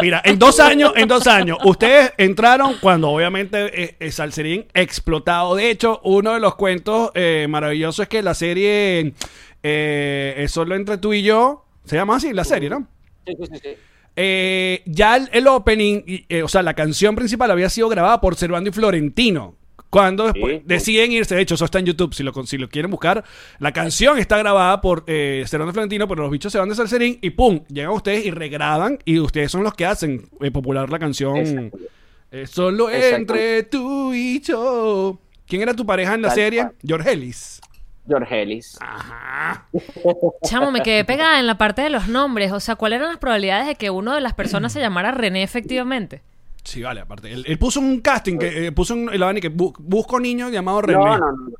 Speaker 1: Mira, en dos años, en dos años, ustedes entraron cuando obviamente eh, eh, Salserín explotado. De hecho, uno de los cuentos eh, maravillosos es que la serie eh, es solo entre tú y yo. Se llama así la serie, ¿no?
Speaker 4: Sí, sí, sí, sí.
Speaker 1: Eh, ya el, el opening, y, eh, o sea, la canción principal había sido grabada por Servando y Florentino. Cuando después
Speaker 4: Sí.
Speaker 1: deciden irse, de hecho, eso está en YouTube, si lo, con- si lo quieren buscar. La canción está grabada por eh, Servando y Florentino, pero los bichos se van de Salserín y pum, llegan ustedes y regraban y ustedes son los que hacen eh, popular la canción.
Speaker 4: Exacto.
Speaker 1: eh, solo
Speaker 4: Exacto.
Speaker 1: entre tú y yo. ¿Quién era tu pareja en la
Speaker 4: Tal
Speaker 1: serie?
Speaker 4: cual.
Speaker 1: George Ellis.
Speaker 4: George Ellis.
Speaker 2: Chamo, me quedé pegada en la parte de los nombres. O sea, ¿cuáles eran las probabilidades de que uno de las personas se llamara René efectivamente?
Speaker 1: Sí, vale, aparte. Él, él puso un casting, que, eh, puso un, el abanico que bu- busco niño llamado René.
Speaker 4: No, no, no.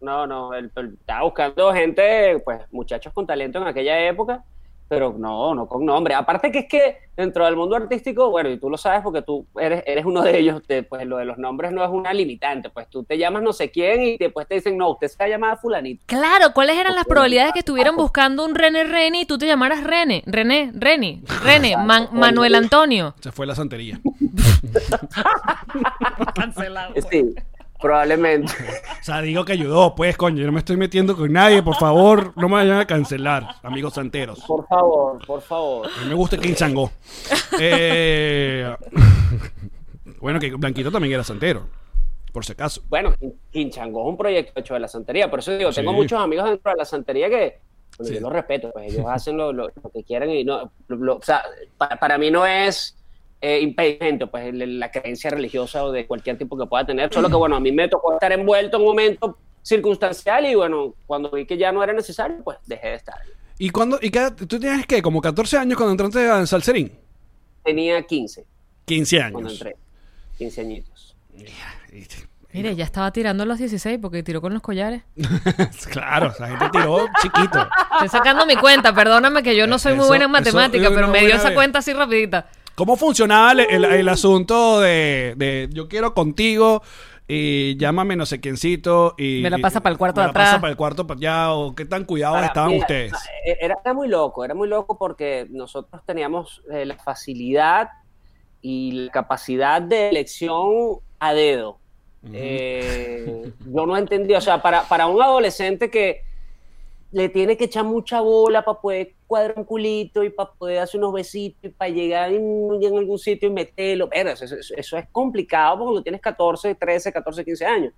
Speaker 4: No, no, él, él estaba buscando gente, pues muchachos con talento en aquella época, pero no, no con nombre. Aparte que es que dentro del mundo artístico, bueno, y tú lo sabes porque tú eres, eres uno de ellos, te- pues lo de los nombres no es una limitante, pues tú te llamas no sé quién y después te dicen, no, usted se ha llamado fulanito.
Speaker 2: Claro, ¿cuáles eran las probabilidades de que estuvieran buscando un René René y tú te llamaras René? René, René, René, Man- Manuel Antonio.
Speaker 1: Se fue la santería.
Speaker 2: Cancelado.
Speaker 4: Sí, probablemente.
Speaker 1: O sea, digo que ayudó, pues, coño. Yo no me estoy metiendo con nadie, por favor. No me vayan a cancelar, amigos santeros.
Speaker 4: Por favor, por favor.
Speaker 1: A mí me gusta King Changó. Eh, bueno, que Blanquito también era santero, por si acaso.
Speaker 4: Bueno, Quinchango es un proyecto hecho de la santería, por eso digo, tengo
Speaker 1: Sí.
Speaker 4: muchos amigos dentro de la santería que bueno,
Speaker 1: Sí.
Speaker 4: yo los respeto, pues ellos hacen lo, lo- lo que quieren y no, lo- lo- o sea, pa- para, mí no es eh, impedimento, pues el- la creencia religiosa o de cualquier tipo que pueda tener, solo que bueno, a mí me tocó estar envuelto en un momento circunstancial y bueno, cuando vi que ya no era necesario, pues dejé de estar.
Speaker 1: ¿Y cuándo? ¿Y qué edad- tú tienes que como 14 años cuando entraste a Salserín?
Speaker 4: Tenía 15
Speaker 1: 15
Speaker 4: cuando
Speaker 1: años.
Speaker 4: entré, 15 añitos.
Speaker 2: Mire, ya estaba tirando a los 16 porque tiró con los collares.
Speaker 1: claro, esa gente tiró chiquito.
Speaker 2: Estoy sacando mi cuenta, perdóname que yo no soy muy
Speaker 1: Eso-
Speaker 2: buena en
Speaker 1: eso es
Speaker 2: matemática,
Speaker 1: una
Speaker 2: pero me dio
Speaker 1: buena
Speaker 2: esa
Speaker 1: vez.
Speaker 2: cuenta así rapidita.
Speaker 1: ¿Cómo funcionaba el, el- el asunto de, de yo quiero contigo y llámame no sé quiéncito y
Speaker 2: Me la pasa pa'l cuarto
Speaker 1: me
Speaker 2: de
Speaker 1: la
Speaker 2: atrás.
Speaker 1: pasa para el cuarto para allá o qué tan cuidados
Speaker 4: Ahora,
Speaker 1: estaban
Speaker 4: mira,
Speaker 1: ustedes?
Speaker 4: e, Era, era muy loco, era muy loco porque nosotros teníamos eh, la facilidad y la capacidad de elección a dedo. Eh, yo no entendía, o sea, para, para un adolescente que le tiene que echar mucha bola para poder cuadrar un culito y para poder hacer unos besitos y para llegar en, en algún sitio y meterlo, pero eso, eso- eso es complicado porque lo tienes 14, 13, 14, 15 años.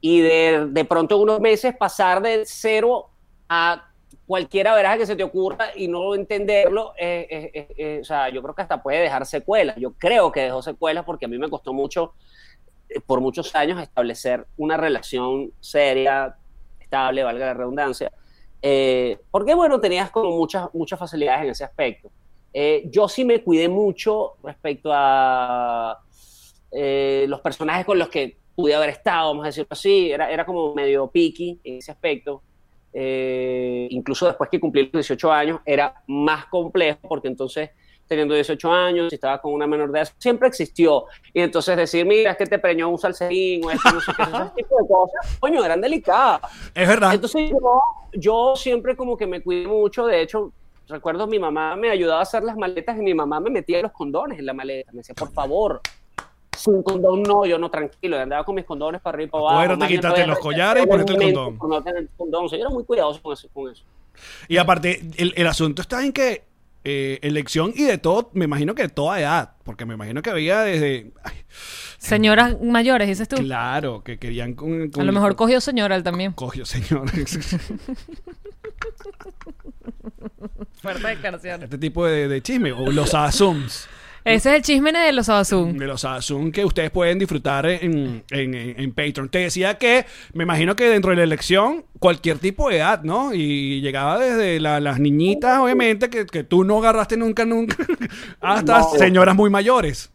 Speaker 4: Y de, de pronto en unos meses pasar de cero a cualquier averaje que se te ocurra y no entenderlo, eh, eh, eh, eh, o sea, yo creo que hasta puede dejar secuelas. Yo creo que dejó secuelas porque a mí me costó mucho eh, por muchos años establecer una relación seria, estable, valga la redundancia, eh, porque bueno, tenías como muchas, muchas facilidades en ese aspecto. Eh, yo sí me cuidé mucho respecto a eh, los personajes con los que pude haber estado, vamos a decirlo así, era, era como medio picky en ese aspecto. Eh, incluso después que cumplí los 18 años era más complejo porque entonces teniendo 18 años, si estaba con una menor de edad, siempre existió. Y entonces decir, mira, es que te preñó un salserín o esto, no sé qué, ese tipo de cosas, coño, eran delicadas.
Speaker 1: Es verdad.
Speaker 4: Entonces yo, yo siempre como que me cuidé mucho, de hecho, recuerdo mi mamá me ayudaba a hacer las maletas y mi mamá me metía los condones en la maleta, me decía, por favor. Sin condón, no, yo no, tranquilo. yo Andaba con mis condones para arriba y para abajo.
Speaker 1: Acuérdate,
Speaker 4: Más bien,
Speaker 1: quitarte
Speaker 4: todavía
Speaker 1: los collares y
Speaker 4: era un
Speaker 1: ponerte el
Speaker 4: momento
Speaker 1: condón.
Speaker 4: por no tener condón. O sea, yo era muy cuidadoso con eso. Con eso.
Speaker 1: Y aparte, el, el asunto está en que eh, elección y de todo, me imagino que de toda edad, porque me imagino que había desde... ay,
Speaker 2: Señoras mayores, dices tú.
Speaker 1: claro, que querían con... con-
Speaker 2: A lo mejor cogió señora él también.
Speaker 1: Cogió, señor. Este
Speaker 2: Fuerte declaración.
Speaker 1: este tipo de, de chisme, o los Azums.
Speaker 2: Ese es el chisme de los Abasum.
Speaker 1: de los Samsung que ustedes pueden disfrutar en, en, en- en Patreon. Te decía que me imagino que dentro de la elección, cualquier tipo de edad, ¿no? Y llegaba desde la- las niñitas, obviamente, que, que tú no agarraste nunca, nunca, hasta
Speaker 4: No.
Speaker 1: señoras muy mayores.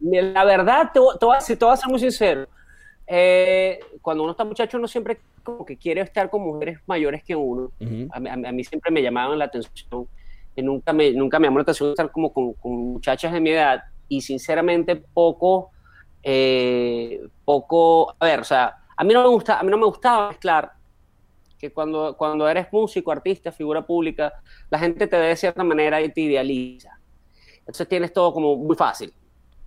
Speaker 4: La verdad, te, voy- te voy a- si te voy a ser muy sincero, eh, cuando uno está muchacho, uno siempre como que quiere estar con mujeres mayores que uno.
Speaker 1: Ujú.
Speaker 4: a, mí- a mí- a mí siempre me llamaban la atención. que nunca me, nunca me llamó la atención estar como con, con muchachas de mi edad. Y sinceramente, poco, eh, poco. A ver, o sea, a mí no me gusta, a mí no me gustaba mezclar que cuando, cuando eres músico, artista, figura pública, la gente te ve de cierta manera y te idealiza. Entonces tienes todo como muy fácil.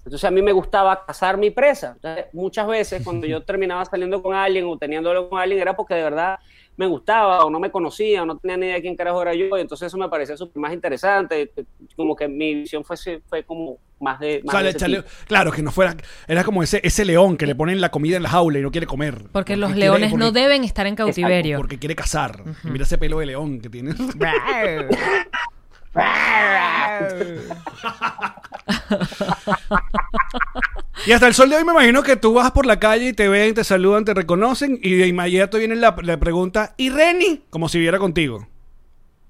Speaker 4: Entonces a mí me gustaba cazar mi presa. Entonces, muchas veces cuando yo terminaba saliendo con alguien o teniéndolo con alguien era porque de verdad me gustaba o no me conocía o no tenía ni idea de quién carajo era yo. Y entonces eso me parecía súper más interesante. Como que mi visión fue, fue como más de...
Speaker 1: O
Speaker 4: Más
Speaker 1: sea,
Speaker 4: de
Speaker 1: le-
Speaker 4: ese
Speaker 1: chale-
Speaker 4: tipo.
Speaker 1: claro, que no fuera, era como ese, ese león que le ponen la comida en la jaula y no quiere comer.
Speaker 2: Porque los
Speaker 1: quiere-
Speaker 2: leones no
Speaker 1: porque-
Speaker 2: deben estar en cautiverio.
Speaker 1: Porque quiere cazar. Y Mira ese pelo de león que tiene. Y hasta el sol de hoy me imagino que tú vas por la calle y te ven, te saludan, te reconocen y de inmediato viene la, la pregunta, ¿y Reni? Como si viera contigo.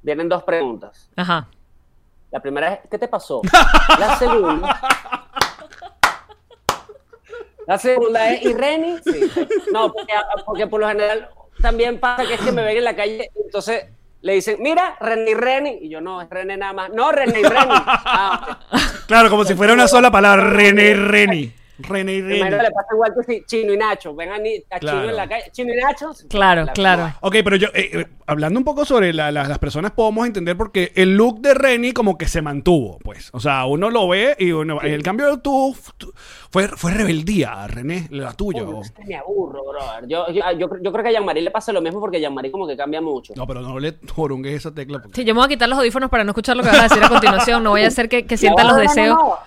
Speaker 4: Vienen dos preguntas.
Speaker 2: Ajá.
Speaker 4: La primera es, ¿qué te pasó? La segunda. La segunda es, ¿y Reni? Sí. No, porque, porque por lo general también pasa que es que me ven en la calle y entonces le dicen, mira, Reni, Reni. Y yo, no, es René nada más. No, Reni, Reni. Ah, ok.
Speaker 1: Claro, como si fuera una sola palabra, René y Reni. René y Reni.
Speaker 4: Primero le pasa igual que si Chino y Nacho. Ven a, Ni- a
Speaker 1: Claro.
Speaker 4: Chino en la calle. Chino y Nacho.
Speaker 2: Claro,
Speaker 4: La-
Speaker 2: claro.
Speaker 1: Ok, pero yo, eh, eh, hablando un poco sobre la- la- las personas, podemos entender porque el look de Reni como que se mantuvo, pues. O sea, uno lo ve y uno, el cambio de tú, tú- fue, fue rebeldía, René, la tuya.
Speaker 4: Uy,
Speaker 1: o-
Speaker 4: no sé, me aburro, brother. Yo, yo, yo, yo creo que a Yanmarí le pasa lo mismo porque Yanmarí como que cambia mucho.
Speaker 1: No, pero no le jorungues esa tecla. Porque...
Speaker 2: Sí, yo me voy a quitar los audífonos para no escuchar lo que vas a decir a continuación. No voy a hacer que, que sienta
Speaker 4: No,
Speaker 2: los
Speaker 4: no, no,
Speaker 2: deseos.
Speaker 4: no.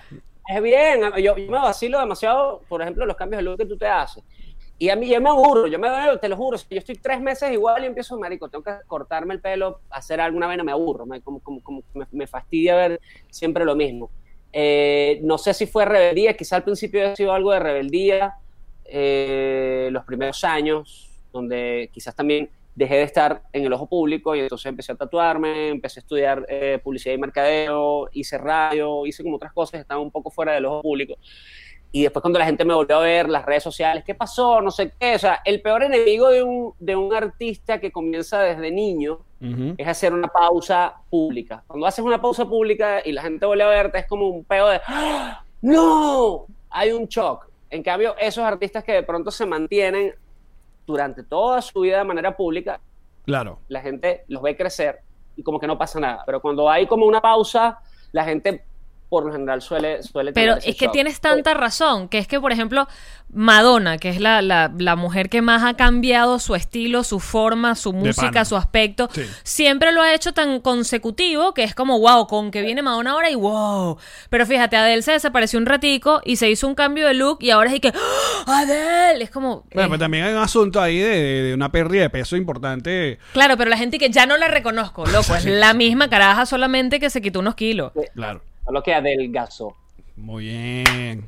Speaker 4: Es bien, yo, yo me vacilo demasiado, por ejemplo, los cambios de look que tú te haces. Y a mí yo me aburro, yo me veo, te lo juro, si yo estoy tres meses igual y empiezo, marico, tengo que cortarme el pelo, hacer alguna vaina, me aburro, me, como, como, como que me, me fastidia ver siempre lo mismo. Eh, no sé si fue rebeldía, quizá al principio ha sido algo de rebeldía, eh, los primeros años, donde quizás también dejé de estar en el ojo público y entonces empecé a tatuarme, empecé a estudiar eh, publicidad y mercadeo, hice radio, hice como otras cosas, estaba un poco fuera del ojo público. Y después cuando la gente me volvió a ver, las redes sociales, ¿qué pasó? No sé qué. O sea, el peor enemigo de un, de un artista que comienza desde niño
Speaker 1: Ujú.
Speaker 4: es hacer una pausa pública. Cuando haces una pausa pública y la gente vuelve a verte, es como un peo de ¡Ah! ¡No! Hay un shock. En cambio, esos artistas que de pronto se mantienen durante toda su vida de manera pública,
Speaker 1: Claro.
Speaker 4: la gente los ve crecer y como que no pasa nada. Pero cuando hay como una pausa, la gente por lo general suele, suele tener
Speaker 2: Pero
Speaker 4: ese
Speaker 2: es que
Speaker 4: shock.
Speaker 2: tienes tanta razón, que es que, por ejemplo, Madonna, que es la, la- la mujer que más ha cambiado su estilo, su forma, su música,
Speaker 1: pana.
Speaker 2: su aspecto,
Speaker 1: Sí.
Speaker 2: siempre lo ha hecho tan consecutivo que es como, wow, con que viene Madonna ahora y wow. Pero fíjate, Adele se desapareció un ratico y se hizo un cambio de look y ahora es y que, ¡Ah, Adele, es como...
Speaker 1: Bueno, pues,
Speaker 2: eh,
Speaker 1: pero también hay un asunto ahí de, de una pérdida de peso importante.
Speaker 2: Claro, pero la gente que ya no la reconozco, loco, es la misma caraja solamente que se quitó unos kilos.
Speaker 1: Claro.
Speaker 4: Lo que adelgazó.
Speaker 1: Muy bien.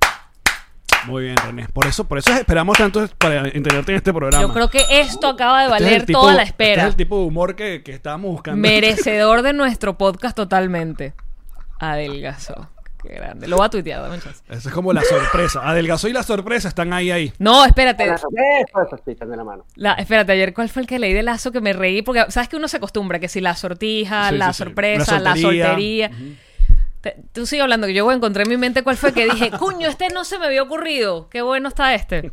Speaker 1: Muy bien, René. Por eso, por eso esperamos tanto para entenderte en este programa.
Speaker 2: Yo creo que esto acaba de
Speaker 1: Este es
Speaker 2: valer
Speaker 1: el tipo-
Speaker 2: toda la
Speaker 1: este
Speaker 2: espera.
Speaker 1: es el tipo de humor que, que estábamos buscando.
Speaker 2: Merecedor de nuestro podcast totalmente. Adelgazó. Qué grande. Lo voy a tuitear, dame un chance.
Speaker 1: Eso es como la sorpresa. Adelgazo y la sorpresa están ahí, ahí.
Speaker 2: No, espérate.
Speaker 4: Eso, eso, eso, sí, tenme la mano.
Speaker 2: La- espérate, ayer cuál fue el que leí de lazo que me reí, porque sabes que uno se acostumbra, que si la sortija,
Speaker 1: Sí, sí,
Speaker 2: la
Speaker 1: sí.
Speaker 2: sorpresa,
Speaker 1: La
Speaker 2: la
Speaker 1: soltería.
Speaker 2: soltería. Te- Tú sigue hablando, que yo encontré en mi mente cuál fue que dije, cuño, este no se me había ocurrido. Qué bueno está este.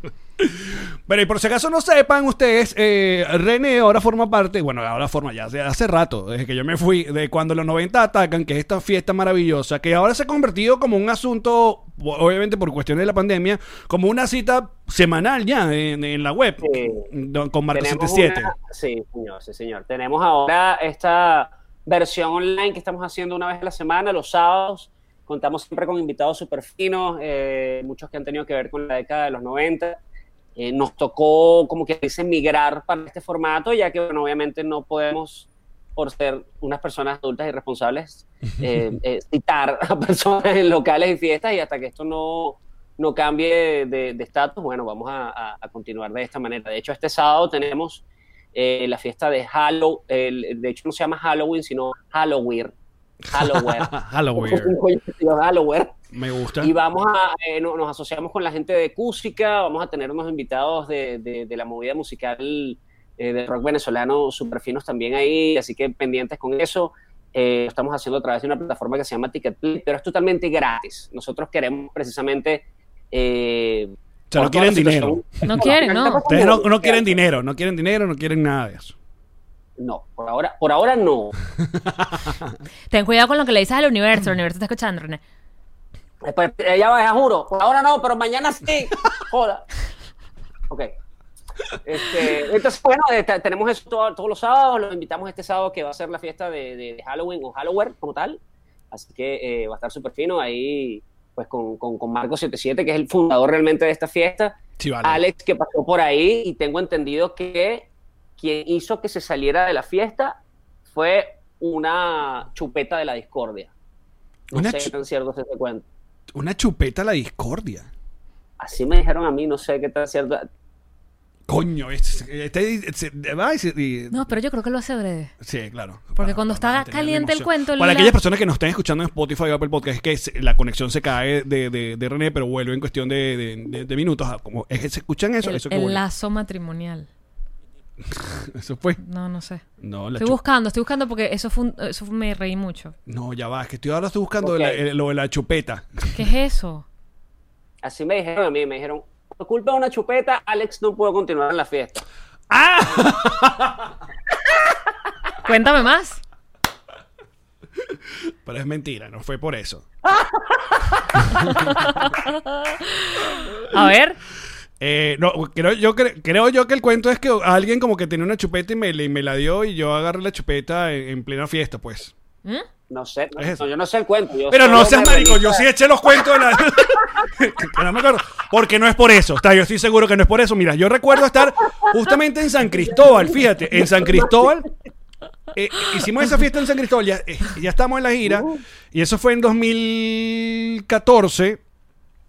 Speaker 1: Bueno, y por si acaso no sepan ustedes, eh, René ahora forma parte, bueno, ahora forma ya hace, hace rato, desde que yo me fui, de cuando los 90 atacan, que es esta fiesta maravillosa, que ahora se ha convertido como un asunto, obviamente por cuestiones de la pandemia, como una cita semanal ya en, en la web,
Speaker 4: Sí.
Speaker 1: do- con Marco
Speaker 4: Tenemos
Speaker 1: 77.
Speaker 4: una- sí, señor, sí, señor. Tenemos ahora esta versión online que estamos haciendo una vez a la semana, los sábados. Contamos siempre con invitados súper finos, eh, muchos que han tenido que ver con la década de los 90. Eh, nos tocó, como que dice, migrar para este formato, ya que, bueno, obviamente no podemos, por ser unas personas adultas y responsables, eh, eh, citar a personas en locales y fiestas, y hasta que esto no, no cambie de de estatus, bueno, vamos a, a- a continuar de esta manera. De hecho, este sábado tenemos eh, la fiesta de Halloween, de hecho no se llama Halloween, sino Halloween. Halloween.
Speaker 1: Ah, Halloween.
Speaker 4: Halloween.
Speaker 1: Me gusta.
Speaker 4: Y vamos a, eh, no- nos asociamos con la gente de Cúsica, vamos a tener unos invitados de, de- de la movida musical eh, del rock venezolano super finos también ahí, así que pendientes con eso. Eh, lo estamos haciendo a través de una plataforma que se llama Ticketplay, pero es totalmente gratis. Nosotros queremos precisamente... eh,
Speaker 1: O sea, no
Speaker 4: por toda la
Speaker 1: quieren dinero.
Speaker 4: situación-
Speaker 2: No quieren, no.
Speaker 1: Ustedes no, no quieren dinero, no quieren dinero, no quieren nada de eso.
Speaker 4: No, por ahora, por ahora no.
Speaker 2: Ten cuidado con lo que le dices al universo. El universo está escuchando, René.
Speaker 4: Después, eh, ya va, ya juro. Por ahora no, pero mañana sí. Joda. Ok. Este, entonces, bueno, eh, te- tenemos eso todo- todos los sábados. Los invitamos este sábado que va a ser la fiesta de, de- de Halloween o Halloween como tal. Así que eh, va a estar súper fino ahí, pues con, con, con Marco77, que es el fundador realmente de esta fiesta.
Speaker 1: Sí, vale.
Speaker 4: Alex, que pasó por ahí, y tengo entendido que quien hizo que se saliera de la fiesta fue una chupeta de la discordia. No
Speaker 1: Una
Speaker 4: sé qué
Speaker 1: chu-
Speaker 4: tan cierto es ese cuento.
Speaker 1: Una chupeta a la discordia.
Speaker 4: Así me dijeron a mí, no sé qué tan cierto.
Speaker 1: Coño, este, este- este- va y se- y-
Speaker 2: No, pero yo creo que lo hace breve.
Speaker 1: Sí, claro.
Speaker 2: Porque cuando está
Speaker 1: mantener la
Speaker 2: caliente el
Speaker 1: emoción.
Speaker 2: cuento,
Speaker 1: Para
Speaker 2: la-
Speaker 1: aquellas personas que nos estén escuchando en Spotify o Apple Podcast, es que se- la conexión se cae de, de, de René, pero vuelve en cuestión de, de- de- de minutos. Ah, Como, es que ¿Se escuchan eso?
Speaker 2: El,
Speaker 1: eso, que
Speaker 2: el
Speaker 1: vuelve.
Speaker 2: lazo matrimonial.
Speaker 1: Eso fue.
Speaker 2: No, no sé.
Speaker 1: No, la
Speaker 2: Estoy
Speaker 1: chu-
Speaker 2: buscando, estoy buscando porque eso fue un- eso fue- me reí mucho.
Speaker 1: no, ya va. Es que estoy ahora estoy buscando
Speaker 4: Ok.
Speaker 1: la- el- lo de la chupeta.
Speaker 2: ¿Qué es eso?
Speaker 4: Así me dijeron a mí, me dijeron, por culpa de una chupeta, Alex no pudo continuar en la fiesta.
Speaker 2: ¡Ah! Cuéntame más.
Speaker 1: Pero es mentira, no fue por eso.
Speaker 2: A ver.
Speaker 1: Eh, no, creo, yo cre- creo yo que el cuento es que alguien como que tenía una chupeta y me, la- y me la dio y yo agarré la chupeta en, en plena fiesta, pues.
Speaker 2: ¿Mm?
Speaker 4: No sé, no,
Speaker 1: Es eso.
Speaker 4: no, yo no sé el cuento. yo
Speaker 1: Pero
Speaker 4: solo
Speaker 1: no
Speaker 4: me
Speaker 1: seas marico,
Speaker 4: remito
Speaker 1: yo
Speaker 4: a-
Speaker 1: sí eché los cuentos de la. Que no me acuerdo. Porque no es por eso. Está, yo estoy seguro que no es por eso. Mira, yo recuerdo estar justamente en San Cristóbal, fíjate, en San Cristóbal. eh, hicimos esa fiesta en San Cristóbal, ya, eh, ya estamos en la gira.
Speaker 4: Uh.
Speaker 1: Y eso fue en 2014.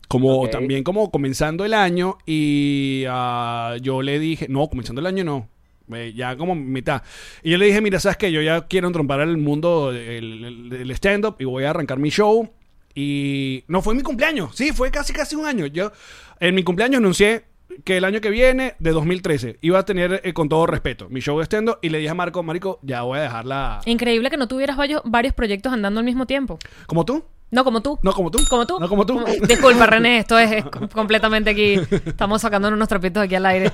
Speaker 1: Como
Speaker 4: Ok.
Speaker 1: también como comenzando el año. Y ah, yo le dije, no, comenzando el año no. eh, ya como mitad. Y yo le dije, mira, ¿sabes qué? Yo ya quiero entrompar el mundo del del stand-up y voy a arrancar mi show. Y no fue mi cumpleaños, sí, fue casi casi un año. Yo en mi cumpleaños anuncié que el año que viene, de 2013, iba a tener eh, con todo respeto mi show de stand-up y le dije a Marco, Marico, ya voy a dejarla
Speaker 2: Eh. Increíble que no tuvieras varios, varios proyectos andando al mismo tiempo.
Speaker 1: como tú.
Speaker 2: No, como tú.
Speaker 1: No como tú.
Speaker 2: Como tú.
Speaker 1: No como tú.
Speaker 2: Disculpa, René, esto es, es completamente aquí. Estamos sacando unos trapitos aquí al aire.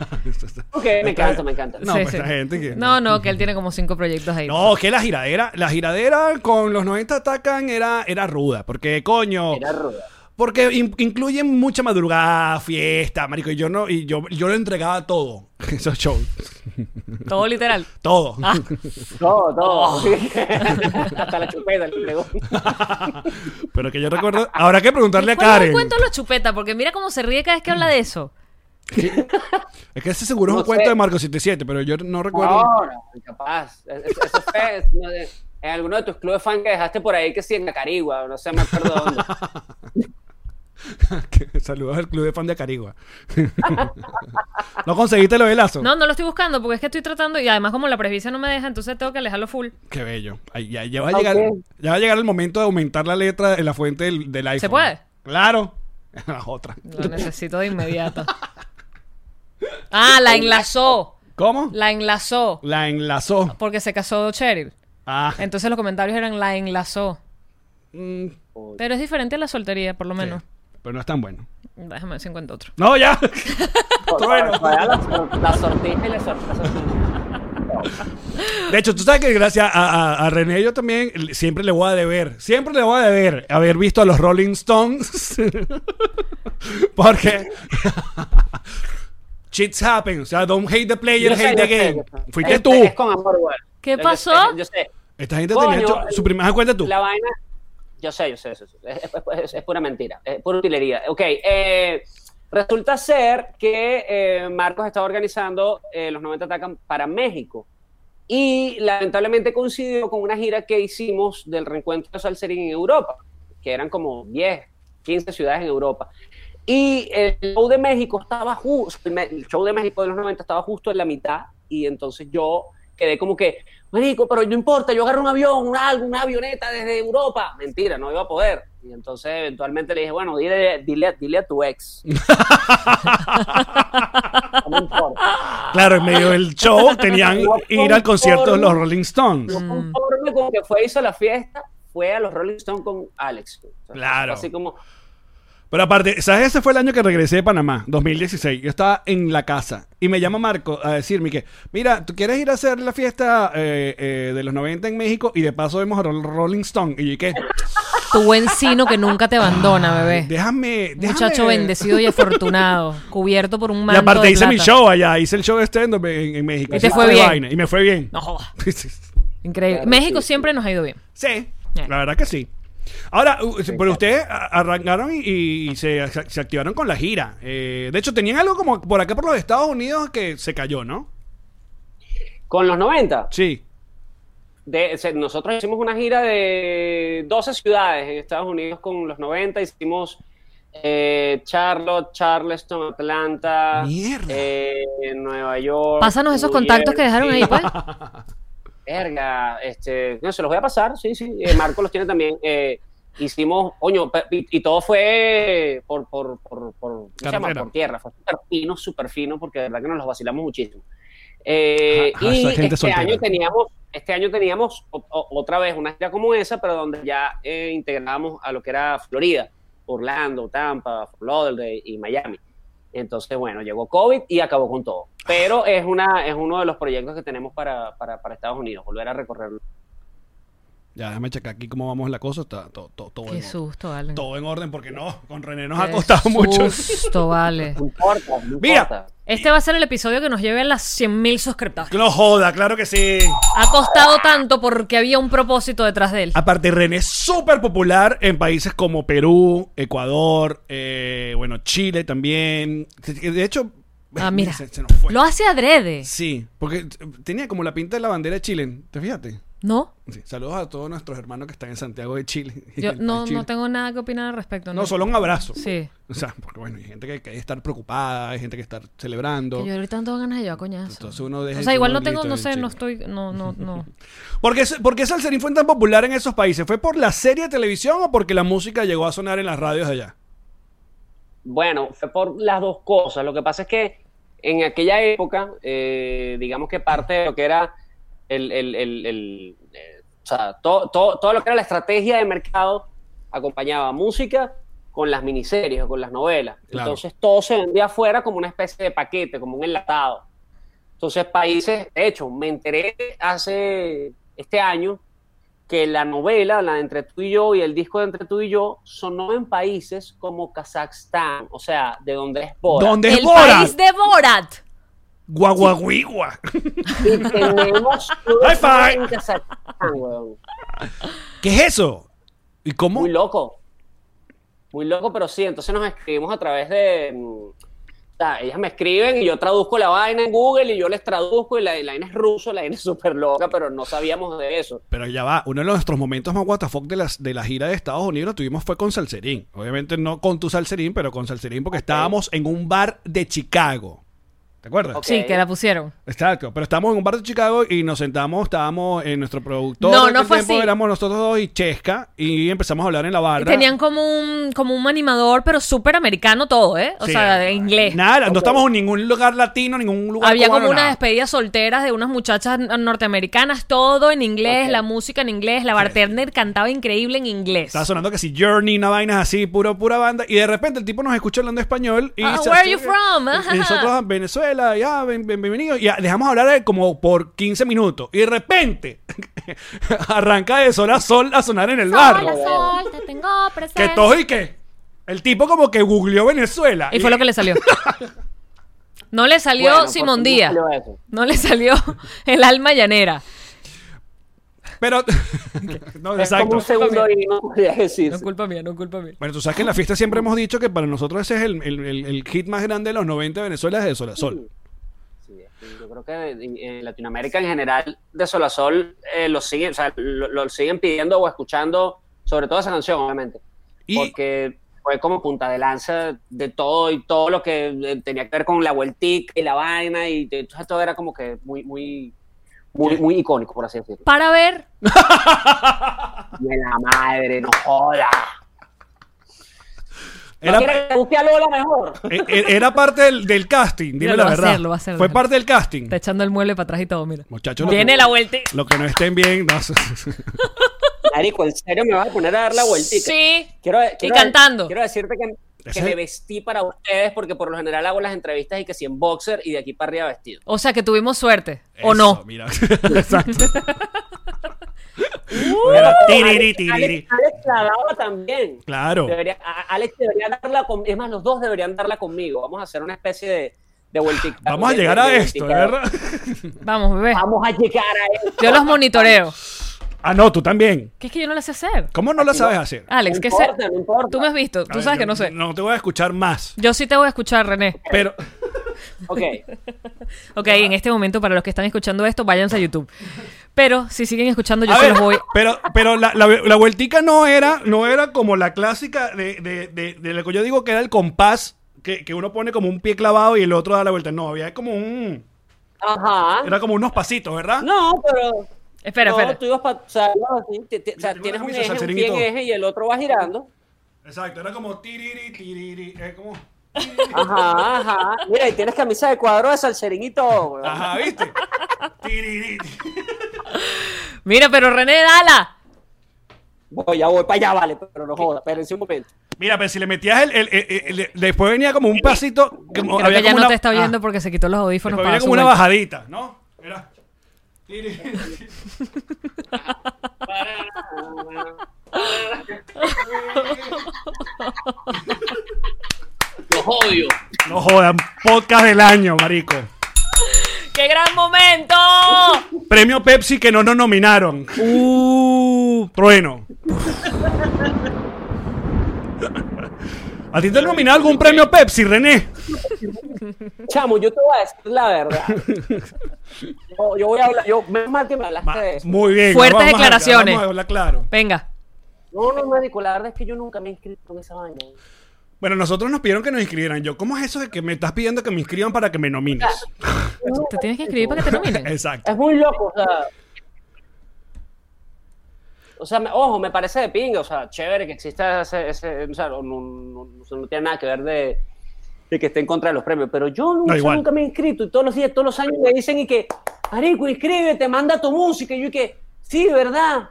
Speaker 4: Ok, me encanta, me encanta.
Speaker 1: No, pues, la gente que-
Speaker 2: No, no, que él tiene como cinco proyectos ahí.
Speaker 1: No, que la giradera, la giradera con los 90 atacan era, era ruda, porque coño,
Speaker 4: Era ruda.
Speaker 1: porque in- incluyen mucha madrugada, fiesta, marico, y yo no, y yo, yo lo entregaba todo, esos shows,
Speaker 2: Todo literal.
Speaker 1: todo.
Speaker 4: Ah. Todo,
Speaker 1: Oh.
Speaker 4: todo. Hasta la chupeta le pegó.
Speaker 1: Pero que yo recuerdo, habrá que preguntarle a
Speaker 2: ¿Cuál es el
Speaker 1: Karen.
Speaker 2: cuento de los chupetas? Porque mira cómo se ríe cada vez que habla de eso.
Speaker 1: Es que ese seguro es
Speaker 4: No
Speaker 1: un cuento
Speaker 4: sé.
Speaker 1: de Marco 77, pero yo no recuerdo.
Speaker 4: No, no, capaz. Es- Eso fue es- no, de- en alguno de tus clubes fan que dejaste por ahí que sí, en Cacarigua, no sé, me acuerdo dónde.
Speaker 1: Que- Saludos al club de fan de Acarigua. ¿No conseguiste lo de lazo?
Speaker 2: No, no lo estoy buscando porque es que estoy tratando y además como la presbicia no me deja, entonces tengo que alejarlo full.
Speaker 1: Qué bello. Ay, ya, ya va a
Speaker 4: Ok.
Speaker 1: llegar, ya va a llegar el momento de aumentar la letra en la fuente del, del iPhone.
Speaker 2: puede?
Speaker 1: Claro. La otra.
Speaker 2: Lo necesito de inmediato. Ah, la enlazó.
Speaker 1: ¿Cómo? La,
Speaker 2: La enlazó.
Speaker 1: enlazó.
Speaker 2: Porque se casó Cheryl.
Speaker 1: Ah.
Speaker 2: Entonces los comentarios eran la enlazó.
Speaker 1: mm,
Speaker 2: Pero es diferente a la soltería, por lo menos.
Speaker 1: sí. Pero no es tan bueno.
Speaker 2: Déjame ver si encuentro otro.
Speaker 1: No, ya. Trueno.
Speaker 4: Para la, la sortija y la sor- la sortija.
Speaker 1: De hecho, tú sabes que gracias a, a- a René yo también l- siempre le voy a deber, siempre le voy a deber haber visto a los Rolling Stones. Porque... Shits happen. O sea, don't hate the player,
Speaker 4: Yo sé,
Speaker 1: hate
Speaker 4: yo
Speaker 1: the
Speaker 4: sé,
Speaker 1: game.
Speaker 4: yo sé.
Speaker 1: Fuiste
Speaker 4: Es-
Speaker 1: tú.
Speaker 4: Es con amor, güey.
Speaker 2: ¿Qué
Speaker 4: Yo- yo
Speaker 2: pasó?
Speaker 4: sé, Yo sé.
Speaker 1: Esta gente
Speaker 4: Coño,
Speaker 1: tenía hecho
Speaker 4: el-
Speaker 1: su primera cuenta tú.
Speaker 4: La vaina. Yo sé, yo sé, eso Es, es- es- es pura mentira, es pura utilería. Ok, eh, resulta ser que eh, Marcos está organizando eh, los 90 Atacan para México. Y lamentablemente coincidió con una gira que hicimos del reencuentro de Salserín en Europa, que eran como 10, 15 ciudades en Europa. Y el show de México estaba justo, el, me- el show de México de los 90 estaba justo en la mitad, y entonces yo quedé como que, marico, pero no importa, yo agarro un avión, un algo, una avioneta desde Europa. Mentira, no iba a poder. Y entonces eventualmente le dije, bueno, dile, dile, dile a tu ex. no importa.
Speaker 1: Claro, en medio del show tenían
Speaker 4: No
Speaker 1: ir al concierto de los
Speaker 4: conforme.
Speaker 1: Rolling Stones.
Speaker 4: No conforme con que fue, hizo la fiesta, fue a los Rolling Stones con Alex. O sea,
Speaker 1: Claro.
Speaker 4: fue Así como,
Speaker 1: Pero aparte, ¿sabes? Ese fue el año que regresé de Panamá, 2016. Yo estaba en la casa y me llama Marco a decirme que, mira, ¿tú quieres ir a hacer la fiesta eh, eh, de los 90 en México y de paso vemos a los Rolling Stone? Y yo, ¿qué?
Speaker 2: Tu buen sino que nunca te abandona, bebé.
Speaker 1: Déjame, déjame.
Speaker 2: Muchacho bendecido y afortunado, cubierto por un
Speaker 1: Y
Speaker 2: manto
Speaker 1: aparte
Speaker 2: de
Speaker 1: hice mi
Speaker 2: plata.
Speaker 1: show allá, hice el show de stand-up en, en México.
Speaker 2: Y te
Speaker 1: Hice
Speaker 2: fue
Speaker 1: toda
Speaker 2: bien.
Speaker 1: vaina, y me fue bien.
Speaker 2: No jodas.
Speaker 1: sí,
Speaker 2: Increíble.
Speaker 4: Claro,
Speaker 2: México
Speaker 4: sí, sí.
Speaker 2: siempre nos ha ido bien.
Speaker 1: la verdad que sí. Ahora, u- pero ustedes a- arrancaron y, y se, se activaron con la gira. Eh, de hecho, tenían algo como por acá por los Estados Unidos que se cayó, ¿no?
Speaker 4: con los 90.
Speaker 1: Sí.
Speaker 4: de- o sea, nosotros hicimos una gira de 12 ciudades en Estados Unidos con los 90, hicimos eh, Charlotte, Charleston, Atlanta,
Speaker 1: Mierda.
Speaker 4: eh, Nueva York.
Speaker 2: Pásanos esos
Speaker 4: New
Speaker 2: contactos que
Speaker 4: Jersey.
Speaker 2: dejaron ahí, pues.
Speaker 4: Verga, este, no, se los voy a pasar, sí, sí, eh, Marco los tiene también. eh, hicimos, coño, pe- y, y todo fue por, por, por, por, ¿cómo se llama?
Speaker 1: Carretera.
Speaker 4: por tierra, fue súper fino, súper fino, porque de verdad que nos los vacilamos muchísimo. Eh,
Speaker 1: Ajá,
Speaker 4: y
Speaker 1: esa gente
Speaker 4: este
Speaker 1: soltera.
Speaker 4: año teníamos, este año teníamos o- o- otra vez una gira como esa, pero donde ya eh, integrábamos a lo que era Florida, Orlando, Tampa, Fort Lauderdale y Miami. Entonces, bueno, llegó COVID y acabó con todo. Pero
Speaker 1: Ah.
Speaker 4: es una es uno de los proyectos que tenemos para, para, para Estados Unidos, volver a recorrerlo.
Speaker 1: Ya, déjame checar aquí cómo vamos la cosa. Está todo, todo, todo,
Speaker 2: Qué
Speaker 1: en, orden.
Speaker 2: susto, Alan.
Speaker 1: todo en orden porque no, con René nos
Speaker 2: Qué
Speaker 1: ha costado mucho.
Speaker 2: susto, vale.
Speaker 4: No importa, no
Speaker 1: Mira.
Speaker 4: importa.
Speaker 2: Este va a ser el episodio que nos lleve a las 100.000 suscriptores.
Speaker 1: Que No joda, claro que sí.
Speaker 2: Ha costado tanto porque había un propósito detrás de él.
Speaker 1: Aparte, René es súper popular en países como Perú, Ecuador, eh, bueno, Chile también. De hecho,
Speaker 2: Ah, mira.
Speaker 1: se, se nos fue.
Speaker 2: Lo hace adrede,
Speaker 1: Sí, porque tenía como la pinta de la bandera de Chile. ¿Te fíjate?
Speaker 2: ¿no?
Speaker 1: Sí, Saludos a todos nuestros hermanos que están en Santiago de Chile.
Speaker 2: Yo
Speaker 1: en el
Speaker 2: no,
Speaker 1: país Chile.
Speaker 2: no tengo nada que opinar al respecto.
Speaker 1: No, solo un abrazo.
Speaker 2: Sí.
Speaker 1: O sea, porque bueno, hay gente que, que estar preocupada, hay gente que estar celebrando.
Speaker 2: Que yo ahorita no tengo ganas de llevar coñazo.
Speaker 1: Entonces uno deja
Speaker 2: o
Speaker 1: y
Speaker 2: sea,
Speaker 1: que
Speaker 2: igual
Speaker 1: uno
Speaker 2: no tengo,
Speaker 1: listo,
Speaker 2: no
Speaker 1: el
Speaker 2: sé, no
Speaker 1: chico.
Speaker 2: estoy, no, no, no.
Speaker 1: ¿Por qué, ¿Por qué Salserín fue tan popular en esos países? ¿Fue por la serie de televisión o porque la música llegó a sonar en las radios de allá?
Speaker 4: Bueno, fue por las dos cosas. Lo que pasa es que en aquella época, eh, digamos que parte de lo que era el, el- el- el- eh, o sea, todo, todo- todo lo que era la estrategia de mercado, acompañaba música con las miniseries o con las novelas.
Speaker 1: Claro.
Speaker 4: Entonces todo se vendía afuera como una especie de paquete, como un enlatado. Entonces países, de hecho, me enteré hace este año que la novela, la de Entre tú y yo y el disco de Entre tú y yo, sonó en países como Kazajstán, o sea, de donde es Borat.
Speaker 1: ¿Dónde es
Speaker 2: El
Speaker 1: Borat?
Speaker 2: país de Borat.
Speaker 1: Guaguaguigua.
Speaker 4: Y tenemos
Speaker 1: High five.
Speaker 4: en Kazajstán, weón.
Speaker 1: ¿Qué es eso? ¿Y cómo?
Speaker 4: Muy loco. Muy loco, pero sí. Entonces nos escribimos a través de. mm, o sea, ellas me escriben y yo traduzco la vaina en Google y yo les traduzco y la, y la vaina es ruso, la vaina es súper loca, pero no sabíamos de eso.
Speaker 1: Pero ya va, uno de nuestros momentos más what the fuck de, las, de la gira de Estados Unidos lo tuvimos fue con Salserín. Obviamente no con tu Salserín, pero con Salserín porque estábamos en un bar de Chicago. ¿Te acuerdas?
Speaker 4: Ok.
Speaker 2: Sí, que la pusieron.
Speaker 1: Exacto, pero estábamos en un bar de Chicago y nos sentamos, estábamos en nuestro productor.
Speaker 2: No,
Speaker 1: en
Speaker 2: no
Speaker 1: aquel
Speaker 2: fue
Speaker 1: tiempo
Speaker 2: así.
Speaker 1: Éramos nosotros dos y Chesca y empezamos a hablar en la barra.
Speaker 2: Tenían como un, como un animador, pero súper americano todo, ¿eh? O
Speaker 1: Sí,
Speaker 2: sea, de inglés.
Speaker 1: Nada, no estamos en ningún lugar latino, ningún lugar
Speaker 2: Había
Speaker 1: cubano,
Speaker 2: como unas
Speaker 1: nada.
Speaker 2: despedidas solteras de unas muchachas n- norteamericanas, todo en inglés,
Speaker 4: Ok.
Speaker 2: la música en inglés, la bartender cantaba increíble en inglés.
Speaker 1: Estaba sonando que si Journey, una vaina así, puro, pura banda. Y de repente el tipo nos escucha hablando español. Y
Speaker 2: Ah,
Speaker 1: se
Speaker 2: where are you
Speaker 1: acerca.
Speaker 2: from? Ajá.
Speaker 1: Y nosotros, "Ah, Venezuela, ya, ben- ben- bienvenido. Y ya, dejamos hablar de como por 15 minutos. Y de repente arranca de sol a sol a sonar en el
Speaker 2: Hola,
Speaker 1: bar.
Speaker 2: sol, te tengo
Speaker 1: Que
Speaker 2: presente.
Speaker 1: todo y que. El tipo como que googleó Venezuela.
Speaker 2: Y fue lo que le salió. No le salió
Speaker 4: Bueno,
Speaker 2: Simón
Speaker 4: porque no
Speaker 2: Díaz.
Speaker 4: salió eso.
Speaker 2: No le salió el alma llanera.
Speaker 1: Pero. no,
Speaker 4: Es
Speaker 1: exacto.
Speaker 4: como un segundo ahí, no podría decir.
Speaker 2: No culpa mía, no culpa mía.
Speaker 1: Bueno, tú sabes que en la fiesta siempre hemos dicho que para nosotros ese es el, el- el- el hit más grande de los 90 de Venezuela es de Sol a Sol.
Speaker 4: Sí, yo creo que en, en Latinoamérica en general, de Sol a Sol, eh, lo, siguen, o sea, lo, lo siguen pidiendo o escuchando, sobre todo esa canción, obviamente.
Speaker 1: Y-
Speaker 4: Porque fue como punta de lanza de todo y todo lo que eh, tenía que ver con la vueltica y la vaina, y de- entonces todo era como que muy, muy, muy, muy icónico, por así decirlo.
Speaker 2: Para ver,
Speaker 4: De la madre, no joda.
Speaker 1: Era-
Speaker 4: ¿No quieres que busque a Lola mejor?
Speaker 1: E- e- Era parte del, del casting, dime
Speaker 2: Mira, lo
Speaker 1: la
Speaker 2: va a
Speaker 1: verdad.
Speaker 2: hacer, lo va a hacer,
Speaker 1: Fue
Speaker 2: déjalo.
Speaker 1: parte del casting.
Speaker 2: está echando el mueble para atrás y todo, mira.
Speaker 1: Muchachos, lo,
Speaker 2: Viene
Speaker 1: que-
Speaker 2: la vuelta.
Speaker 1: lo que no estén bien. no, eso-
Speaker 4: Marico, ¿en serio me vas a poner a dar la vueltica?
Speaker 2: Sí.
Speaker 4: Quiero, quiero-
Speaker 2: cantando.
Speaker 4: Quiero decirte que,
Speaker 1: Ese-
Speaker 4: que me vestí para ustedes porque por lo general hago las entrevistas y que si en boxer y de aquí para arriba vestido.
Speaker 2: O sea que tuvimos suerte.
Speaker 1: eso,
Speaker 2: ¿O no?
Speaker 1: Mira. Exacto. Era tiriri, tiriri.
Speaker 4: Alex, Alex la daba también.
Speaker 1: Claro.
Speaker 4: Debería- a- Alex debería darla con, es más, los dos deberían darla conmigo. Vamos a hacer una especie de, de vueltica.
Speaker 1: Vamos a
Speaker 4: de-
Speaker 1: llegar
Speaker 4: de
Speaker 1: a esto,
Speaker 4: vueltica.
Speaker 1: de ¿verdad?
Speaker 2: Vamos, bebé.
Speaker 4: Vamos a llegar a esto.
Speaker 2: Yo los monitoreo.
Speaker 1: Ah, no, tú también.
Speaker 2: ¿Qué es que yo no la sé hacer?
Speaker 1: ¿Cómo no la sabes hacer?
Speaker 2: Alex,
Speaker 4: No
Speaker 2: ¿qué
Speaker 4: importa,
Speaker 2: sé?
Speaker 4: no importa.
Speaker 2: Tú me has visto, Ah, tú
Speaker 1: A
Speaker 2: sabes
Speaker 1: ver,
Speaker 2: que
Speaker 1: yo
Speaker 2: no sé.
Speaker 1: No te voy a escuchar más.
Speaker 2: Yo sí te voy a escuchar, René.
Speaker 1: Pero
Speaker 4: Ok.
Speaker 2: Ok, en este momento, para los que están escuchando esto, váyanse a YouTube. Pero si siguen escuchando, yo
Speaker 1: A
Speaker 2: se
Speaker 1: ver,
Speaker 2: los voy.
Speaker 1: Pero, pero la, la, la vueltica no era, no era como la clásica de, de, de, de lo que yo digo que era el compás que, que uno pone como un pie clavado y el otro da la vuelta. No, había como un.
Speaker 4: Ajá.
Speaker 1: Era como unos pasitos, ¿verdad?
Speaker 4: No, pero.
Speaker 2: Espera,
Speaker 4: no,
Speaker 2: espera.
Speaker 4: tú ibas para. O sea, ibas así, te- te- o sea,
Speaker 1: Yo tengo
Speaker 4: tienes
Speaker 1: la
Speaker 4: un
Speaker 1: camisa
Speaker 4: eje, un
Speaker 1: salserín y
Speaker 4: pie en
Speaker 1: todo.
Speaker 4: eje y el otro va girando.
Speaker 1: Exacto, era como tiriri, tiriri. Es como.
Speaker 4: Ajá, ajá. Mira, y tienes camisa de cuadro de salserín y todo, weón.
Speaker 1: Ajá, ¿viste? Tiriri.
Speaker 2: Mira, pero René, dala.
Speaker 4: Voy, ya voy para allá, vale, pero no joda, espérense un momento.
Speaker 1: Mira, pero si le metías el. el- el- el- después venía como un pasito. Como,
Speaker 2: Creo
Speaker 1: había
Speaker 2: que ya
Speaker 1: como
Speaker 2: no
Speaker 1: una-
Speaker 2: te está oyendo
Speaker 1: ah,
Speaker 2: porque se quitó los
Speaker 1: después
Speaker 2: audífonos para
Speaker 1: venía
Speaker 2: dar su
Speaker 1: como una
Speaker 2: vuelta.
Speaker 1: bajadita, ¿no? Era. tiriri, tiriri.
Speaker 4: Los odio.
Speaker 1: No jodan, podcast del año, marico.
Speaker 2: ¡Qué gran momento!
Speaker 1: Premio Pepsi que no nos nominaron. Uh, trueno. ¿A ti te han nominado algún premio Pepsi, René?
Speaker 4: Chamo, yo te voy a decir la verdad. Yo, yo voy a hablar, yo, menos mal que me hablaste
Speaker 1: Ma-
Speaker 4: de eso.
Speaker 1: Muy bien.
Speaker 2: Fuertes
Speaker 1: vamos a-
Speaker 2: declaraciones.
Speaker 1: vamos a hablar claro.
Speaker 2: Venga.
Speaker 4: No, no, médico, la verdad es que yo nunca me he inscrito en esa vaina.
Speaker 1: Bueno, nosotros nos pidieron que nos inscribieran. Yo, ¿cómo es eso de que me estás pidiendo que me inscriban para que me nomines?
Speaker 2: Te tienes que escribir para que te nominen.
Speaker 1: Exacto.
Speaker 4: Es muy loco, o sea. O sea, me- ojo, me parece de pinga, o sea, chévere que exista ese, ese- o sea, no, no, no- eso no tiene nada que ver de, de que esté en contra de los premios, pero yo nunca,
Speaker 1: igual.
Speaker 4: nunca me he inscrito y todos los días, todos los años me dicen y que, Marico, inscríbete, manda tu música, y yo y que, sí, ¿verdad?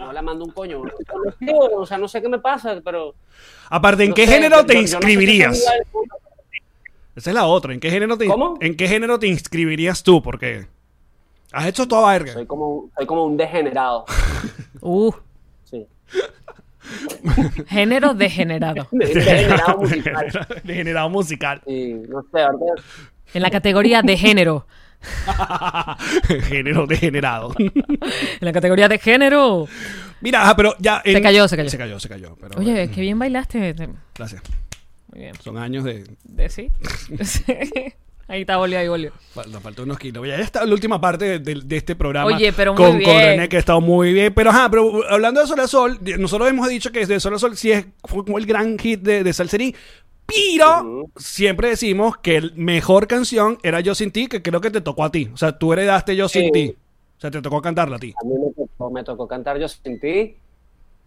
Speaker 4: No la mando un coño. bro. No la escribo, O sea, no sé qué me pasa, pero.
Speaker 1: Aparte, ¿en
Speaker 4: no
Speaker 1: qué
Speaker 4: sé,
Speaker 1: género
Speaker 4: yo-
Speaker 1: te
Speaker 4: yo- yo no sé qué
Speaker 1: inscribirías?
Speaker 4: comida es una-
Speaker 1: Esa es la otra. ¿En qué género te,
Speaker 4: ¿Cómo?
Speaker 1: ¿en qué género te inscribirías tú? Porque has hecho toda verga.
Speaker 4: Soy como, un- soy como un degenerado.
Speaker 2: Uh,
Speaker 4: Sí.
Speaker 2: género degenerado.
Speaker 4: Degenerado musical.
Speaker 1: Degenerado musical.
Speaker 4: Y no sé, ahorita-
Speaker 2: En la categoría de género.
Speaker 1: género degenerado.
Speaker 2: En la categoría de género.
Speaker 1: Mira, ajá, pero ya. en-
Speaker 2: cayó, se cayó.
Speaker 1: Se cayó, se cayó. Pero,
Speaker 2: Oye, qué bien bailaste. Te- Muy
Speaker 1: Gracias.
Speaker 2: bien.
Speaker 1: Son años de.
Speaker 2: ¿De sí? ahí está, volvió, ahí volvió.
Speaker 1: fal- Nos faltó unos kilos. Ya está la última parte de, de este programa.
Speaker 2: Oye, pero muy
Speaker 1: con, con
Speaker 2: bien.
Speaker 1: René, que ha estado muy bien. Pero, ajá, pero hablando de Sol a Sol, de- nosotros hemos dicho que de Sol a Sol sí es, fue como el gran hit de, de Salserín. Pero siempre decimos que el mejor canción era Yo sin ti, que creo que te tocó a ti. O sea, tú heredaste Yo sin
Speaker 4: Sí.
Speaker 1: ti. O sea, te tocó cantarla a ti.
Speaker 4: A mí me tocó, me tocó cantar Yo sin ti.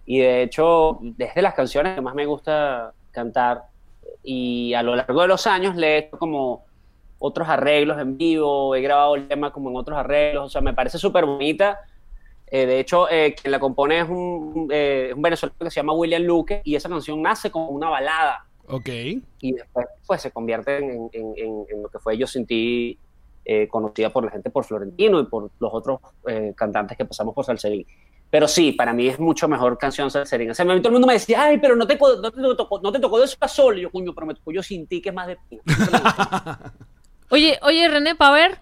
Speaker 4: Y de hecho, desde las canciones que más me gusta cantar. Y a lo largo de los años le he hecho como otros arreglos en vivo. He grabado el tema como en otros arreglos. O sea, me parece súper bonita. Eh, de hecho, eh, quien la compone es un, eh, un venezolano que se llama William Luque. Y esa canción nace como una balada.
Speaker 1: Ok.
Speaker 4: Y después pues, se convierte en, en- en- en lo que fue Yo sin ti. eh, conocida por la gente por Florentino y por los otros eh, cantantes que pasamos por Salserín. Pero sí, para mí es mucho mejor canción Salserín. O sea, a mí todo el mundo me decía, ay, pero no te, co- no te tocó, no te tocó de eso a sol. Y yo, coño, pero me tocó yo sin ti, que es más de pina.
Speaker 2: Oye, oye, René, para ver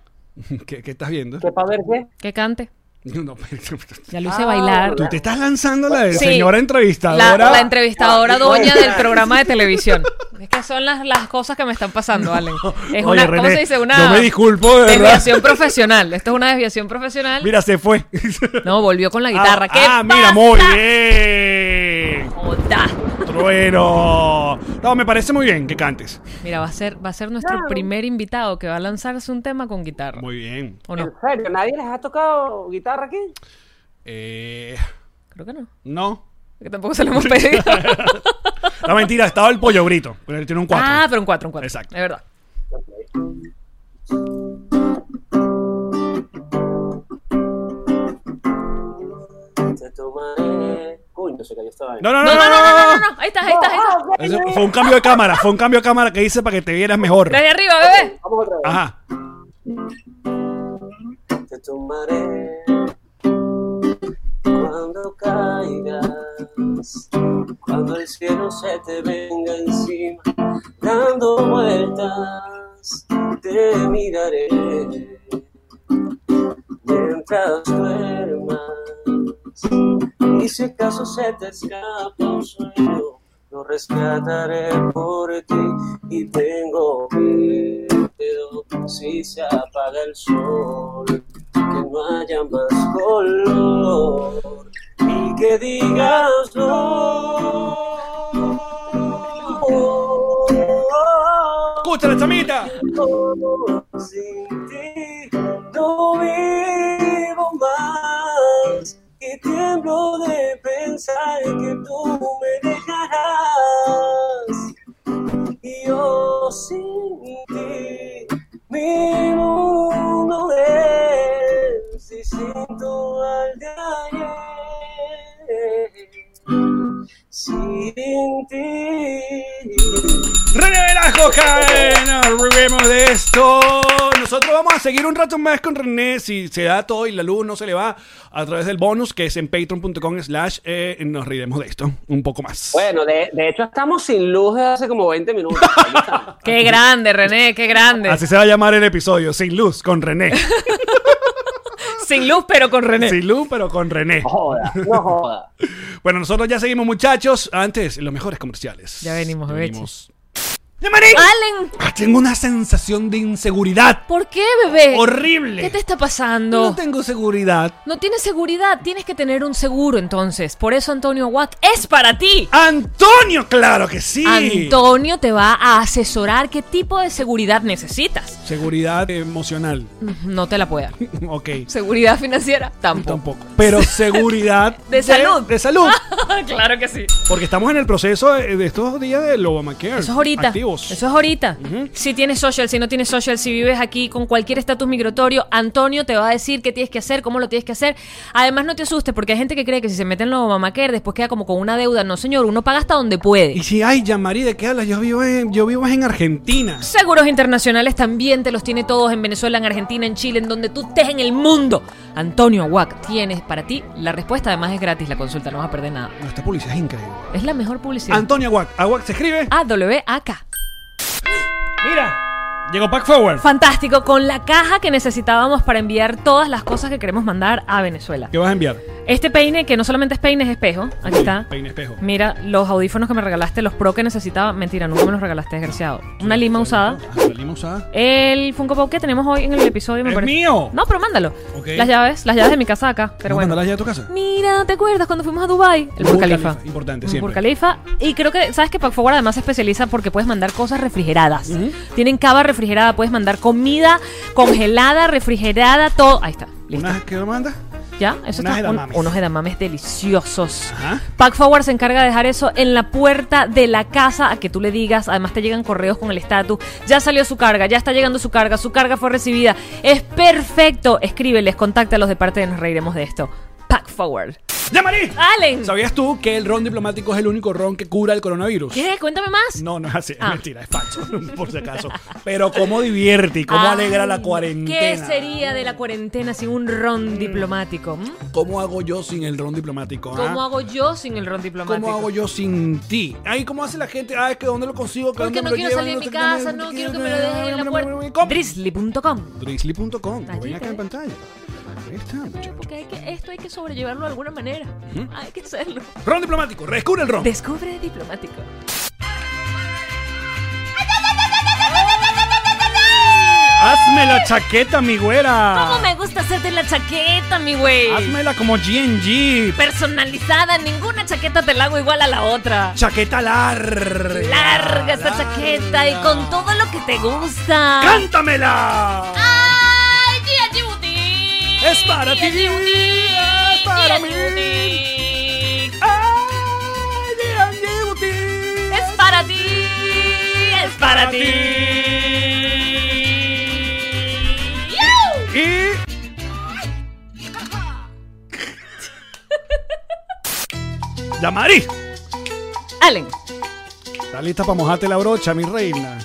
Speaker 1: ¿Qué, qué estás viendo?
Speaker 4: ¿Qué para ver qué?
Speaker 2: que cante.
Speaker 1: No, pero-
Speaker 2: Ya lo hice
Speaker 4: Ah,
Speaker 2: bailar.
Speaker 1: Tú te estás lanzando la de
Speaker 2: Sí.
Speaker 1: señora entrevistadora.
Speaker 2: La, la entrevistadora
Speaker 4: Ah,
Speaker 2: doña
Speaker 4: no.
Speaker 2: del programa de televisión. Es que son las, las cosas que me están pasando, Allen.
Speaker 1: Oye,
Speaker 2: Es una, ¿cómo
Speaker 1: René,
Speaker 2: se dice? Una
Speaker 1: yo me disculpo, de verdad.
Speaker 2: desviación profesional. Esto es una desviación profesional.
Speaker 1: Mira, se fue.
Speaker 2: No, volvió con la guitarra.
Speaker 1: Ah,
Speaker 2: ¿Qué
Speaker 1: ah, mira,
Speaker 2: pasa?
Speaker 1: muy bien.
Speaker 2: Joda.
Speaker 1: Trueno. No, me parece muy bien que cantes.
Speaker 2: Mira, va a ser, va a ser nuestro primer invitado que va a lanzarse un tema con guitarra.
Speaker 1: Muy bien.
Speaker 2: ¿O no?
Speaker 4: ¿En serio? ¿Nadie les ha tocado guitarra aquí?
Speaker 1: Eh,
Speaker 2: Creo que no.
Speaker 1: no.
Speaker 2: Que tampoco se lo hemos pedido.
Speaker 1: La mentira, estaba el pollo grito. Pero él tiene un cuatro.
Speaker 2: ah, pero un 4, un 4.
Speaker 1: Exacto.
Speaker 2: Es verdad.
Speaker 4: Te tomaré... Coño, se cayó esta vaina.
Speaker 1: no, no,
Speaker 2: No,
Speaker 1: no,
Speaker 2: no, no, no,
Speaker 1: no,
Speaker 2: no, no. Ahí estás, ahí estás, ahí estás.
Speaker 1: Eso fue un cambio de cámara. Fue un cambio de cámara que hice para que te vieras mejor.
Speaker 2: Desde arriba, bebé.
Speaker 4: Vamos otra vez.
Speaker 1: Ajá.
Speaker 4: Te tomaré cuando caigas, cuando el cielo se te venga encima, dando vueltas, te miraré. Mientras duermas, y si acaso se te escapa un sueño, lo rescataré por ti y tengo miedo si se apaga el sol, que no haya más color y que digas no.
Speaker 1: Escúchala, chamita.
Speaker 4: Sin ti no vivo más y tiemblo de pensar que tú me dejarás. Y yo sin ti, mi mundo es distinto al de ayer. Sin ti.
Speaker 1: René Velasco Cadena, volvemos de esto. Nosotros vamos a seguir un rato más con René. Si se da todo y la luz no se le va a través del bonus que es en patreon.com slash eh, nos reiremos de esto un poco más.
Speaker 4: Bueno, de, de hecho estamos sin luz desde hace como 20 minutos. Ahí estamos.
Speaker 2: Qué grande, René, qué grande.
Speaker 1: Así se va a llamar el episodio, sin luz, con René.
Speaker 2: Sin luz, pero con René.
Speaker 1: sin luz, pero con René.
Speaker 4: No joda, no joda.
Speaker 1: Bueno, nosotros ya seguimos muchachos. Antes, los mejores comerciales.
Speaker 2: Ya venimos,
Speaker 1: Ya
Speaker 2: beche.
Speaker 1: venimos. ¡Ya, maní!
Speaker 2: Allen,
Speaker 1: Ah, Tengo una sensación de inseguridad
Speaker 2: ¿por qué, bebé?
Speaker 1: horrible.
Speaker 2: ¿Qué te está pasando?
Speaker 1: no tengo seguridad.
Speaker 2: No tienes seguridad, tienes que tener un seguro entonces. Por eso Antonio Watt es para ti.
Speaker 1: Antonio, claro que sí.
Speaker 2: Antonio te va a asesorar qué tipo de seguridad necesitas.
Speaker 1: Seguridad emocional.
Speaker 2: No te la puede dar.
Speaker 1: Ok.
Speaker 2: Seguridad financiera, tampoco.
Speaker 1: Tampoco. Pero seguridad.
Speaker 2: De salud.
Speaker 1: De, salud.
Speaker 2: claro que sí.
Speaker 1: Porque estamos en el proceso de de estos días del Obamacare.
Speaker 2: Eso es ahorita.
Speaker 1: Activos.
Speaker 2: Eso es ahorita.
Speaker 1: Ujú.
Speaker 2: Si tienes social, si no tienes social, si vives aquí con cualquier estatus migratorio, Antonio te va a decir qué tienes que hacer, cómo lo tienes que hacer. Además, no te asustes porque hay gente que cree que si se mete en los Obamacare después queda como con una deuda. No, señor, uno paga hasta donde puede.
Speaker 1: Y si, ay, Yamari, ¿de qué hablas? Yo vivo en, yo vivo en Argentina.
Speaker 2: Seguros internacionales también te los tiene todos en Venezuela, en Argentina, en Chile, en donde tú estés en el mundo. Antonio Aguac, tienes para ti la respuesta. Además, es gratis la consulta, no vas a perder nada.
Speaker 1: No, esta publicidad es increíble.
Speaker 2: Es la mejor publicidad.
Speaker 1: Antonio Aguac. Aguac se escribe.
Speaker 2: AWAK.
Speaker 1: Mira, llegó Pack Forward.
Speaker 2: Fantástico, con la caja que necesitábamos para enviar todas las cosas que queremos mandar a Venezuela.
Speaker 1: ¿Qué vas a enviar?
Speaker 2: Este peine, que no solamente es peine, es espejo. Aquí está.
Speaker 1: Peine espejo.
Speaker 2: Mira, los audífonos que me regalaste, los pro que necesitaba. Mentira, nunca me los regalaste, desgraciado. Una lima usada.
Speaker 1: Ah, la lima usada.
Speaker 2: El Funko Pop que tenemos hoy en el episodio, me
Speaker 1: ¡Es
Speaker 2: parece.
Speaker 1: mío!
Speaker 2: No, pero mándalo.
Speaker 1: Ok.
Speaker 2: Las llaves, las llaves de mi casa acá. Pero
Speaker 1: ¿Vamos a
Speaker 2: bueno.
Speaker 1: mandarla ya a tu casa?
Speaker 2: Mira, ¿te acuerdas cuando fuimos a Dubai? El Burj
Speaker 1: Burj
Speaker 2: Khalifa.
Speaker 1: Khalifa, importante,
Speaker 2: El
Speaker 1: siempre.
Speaker 2: Burj Khalifa. Y creo que, ¿sabes que Pack Forward además se especializa porque puedes mandar cosas refrigeradas. Tienen cava refrigerada, puedes mandar comida congelada, refrigerada, todo. Ahí está, listo.
Speaker 1: ¿Unas que mandas?
Speaker 2: ¿Ya? Eso
Speaker 1: unas
Speaker 2: está. un-
Speaker 1: edamames.
Speaker 2: unos edamames deliciosos.
Speaker 1: Ajá.
Speaker 2: Pack Forward se encarga de dejar eso en la puerta de la casa a que tú le digas. Además, te llegan correos con el estatus. Ya salió su carga, ya está llegando su carga, su carga fue recibida. Es perfecto. Escríbeles, contáctalos de parte de Nos Reiremos de esto. Pack Forward.
Speaker 1: ¡Yamari!
Speaker 2: ¡Allen!
Speaker 1: ¿Sabías tú que el ron diplomático es el único ron que cura el coronavirus?
Speaker 2: ¿Qué? Cuéntame más.
Speaker 1: No, no es así, es
Speaker 2: Ah.
Speaker 1: mentira, es falso, por si acaso. Pero cómo divierte y cómo
Speaker 2: Ay,
Speaker 1: alegra la cuarentena. Mm.
Speaker 2: ¿Qué sería de la cuarentena sin un ron diplomático? ¿m?
Speaker 1: ¿Cómo hago yo sin el ron diplomático? ah?
Speaker 2: ¿Cómo hago yo sin el ron diplomático?
Speaker 1: ¿Cómo hago yo sin ti? Ay, ¿cómo hace la gente? Ah, es que ¿dónde lo consigo? ¿Que dónde
Speaker 2: Porque no
Speaker 1: me lo
Speaker 2: quiero
Speaker 1: llevan?
Speaker 2: salir de mi
Speaker 1: sé qué, no
Speaker 2: casa,
Speaker 1: sé
Speaker 2: no
Speaker 1: qué,
Speaker 2: quiero que
Speaker 1: no,
Speaker 2: me lo
Speaker 1: no,
Speaker 2: dejen en
Speaker 1: no, no,
Speaker 2: la
Speaker 1: no, no, no,
Speaker 2: puerta.
Speaker 1: ¿cómo?
Speaker 2: Drizzly.com
Speaker 1: Drizzly.com, que ven acá en pantalla. Ahí está, muchachos.
Speaker 2: Porque hay que, esto hay que sobrellevarlo de alguna manera. Hay que hacerlo.
Speaker 1: Ron diplomático, rescure el ron.
Speaker 2: Descubre diplomático.
Speaker 1: Hazme la chaqueta, mi güera.
Speaker 2: ¿Cómo me gusta hacerte la chaqueta, mi güey?
Speaker 1: Hazmela como GNG.
Speaker 2: Personalizada, ninguna chaqueta te la hago igual a la otra.
Speaker 1: Chaqueta larga.
Speaker 2: Larga esta chaqueta y con todo lo que te gusta.
Speaker 1: ¡Cántamela!
Speaker 2: ¡Ay, Gia Beauty!
Speaker 1: Es para ti,
Speaker 2: Gia Beauty,
Speaker 1: es para
Speaker 2: Gia
Speaker 1: mí.
Speaker 2: Beauty.
Speaker 1: ¡Ay, GNG Boutique!
Speaker 2: Es para ti, es para ti. ¡Yau!
Speaker 1: Y. ¡La Mari!
Speaker 2: Allen,
Speaker 1: ¿Está lista para mojarte la brocha, mi reina?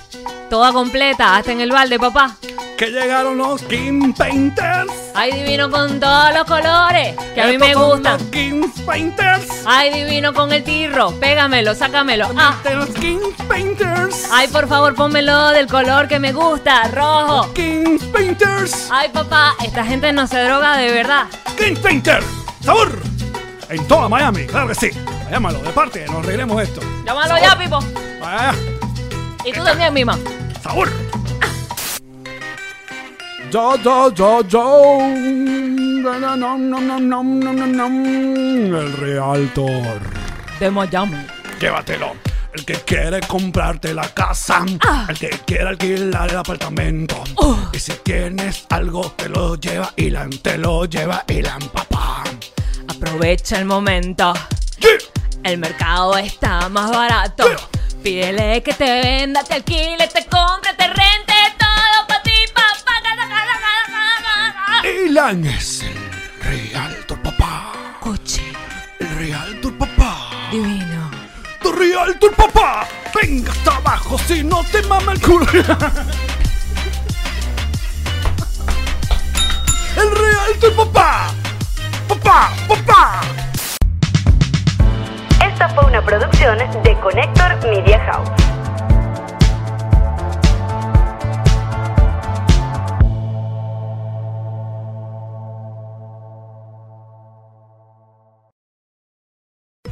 Speaker 2: toda completa, hasta en el balde, papá.
Speaker 1: Que llegaron los King Painters.
Speaker 2: Ay, divino con todos los colores que a mí
Speaker 1: Estos
Speaker 2: me
Speaker 1: son
Speaker 2: gustan.
Speaker 1: Los King Painters.
Speaker 2: Ay, divino con el tirro. Pégamelo, sácamelo. Ah.
Speaker 1: De los King Painters.
Speaker 2: Ay, por favor, pónmelo del color que me gusta, rojo.
Speaker 1: King Painters.
Speaker 2: Ay, papá, esta gente no se droga de verdad.
Speaker 1: King Painter. Sabor. En toda Miami, claro que sí. Llámalo de parte, nos arreglemos esto.
Speaker 2: Llámalo ya, Pipo.
Speaker 1: Ah,
Speaker 2: Y tú también, Mima.
Speaker 1: sabor. Yo, yo, yo, yo. Nom, nom, nom, nom, nom, nom, nom. El Realtor.
Speaker 2: De Miami.
Speaker 1: Llévatelo. El que quiere comprarte la casa. El que quiere alquilar el apartamento. Y si tienes algo, te lo lleva Ilan. Te lo lleva Ilan, papá.
Speaker 2: Aprovecha el momento. El mercado está más barato. Pídele que te venda, te alquile, te compre, te rente todo para ti, papá.
Speaker 1: Eh. Ilan es el Realtor, papá.
Speaker 2: Cuchi,
Speaker 1: El Realtor, papá.
Speaker 2: divino.
Speaker 1: Tu Realtor, papá. Venga hasta abajo si no te mama el culo. El Realtor, papá. Papá, papá.
Speaker 5: Esta fue una producción de Connector Media House.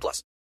Speaker 6: plus.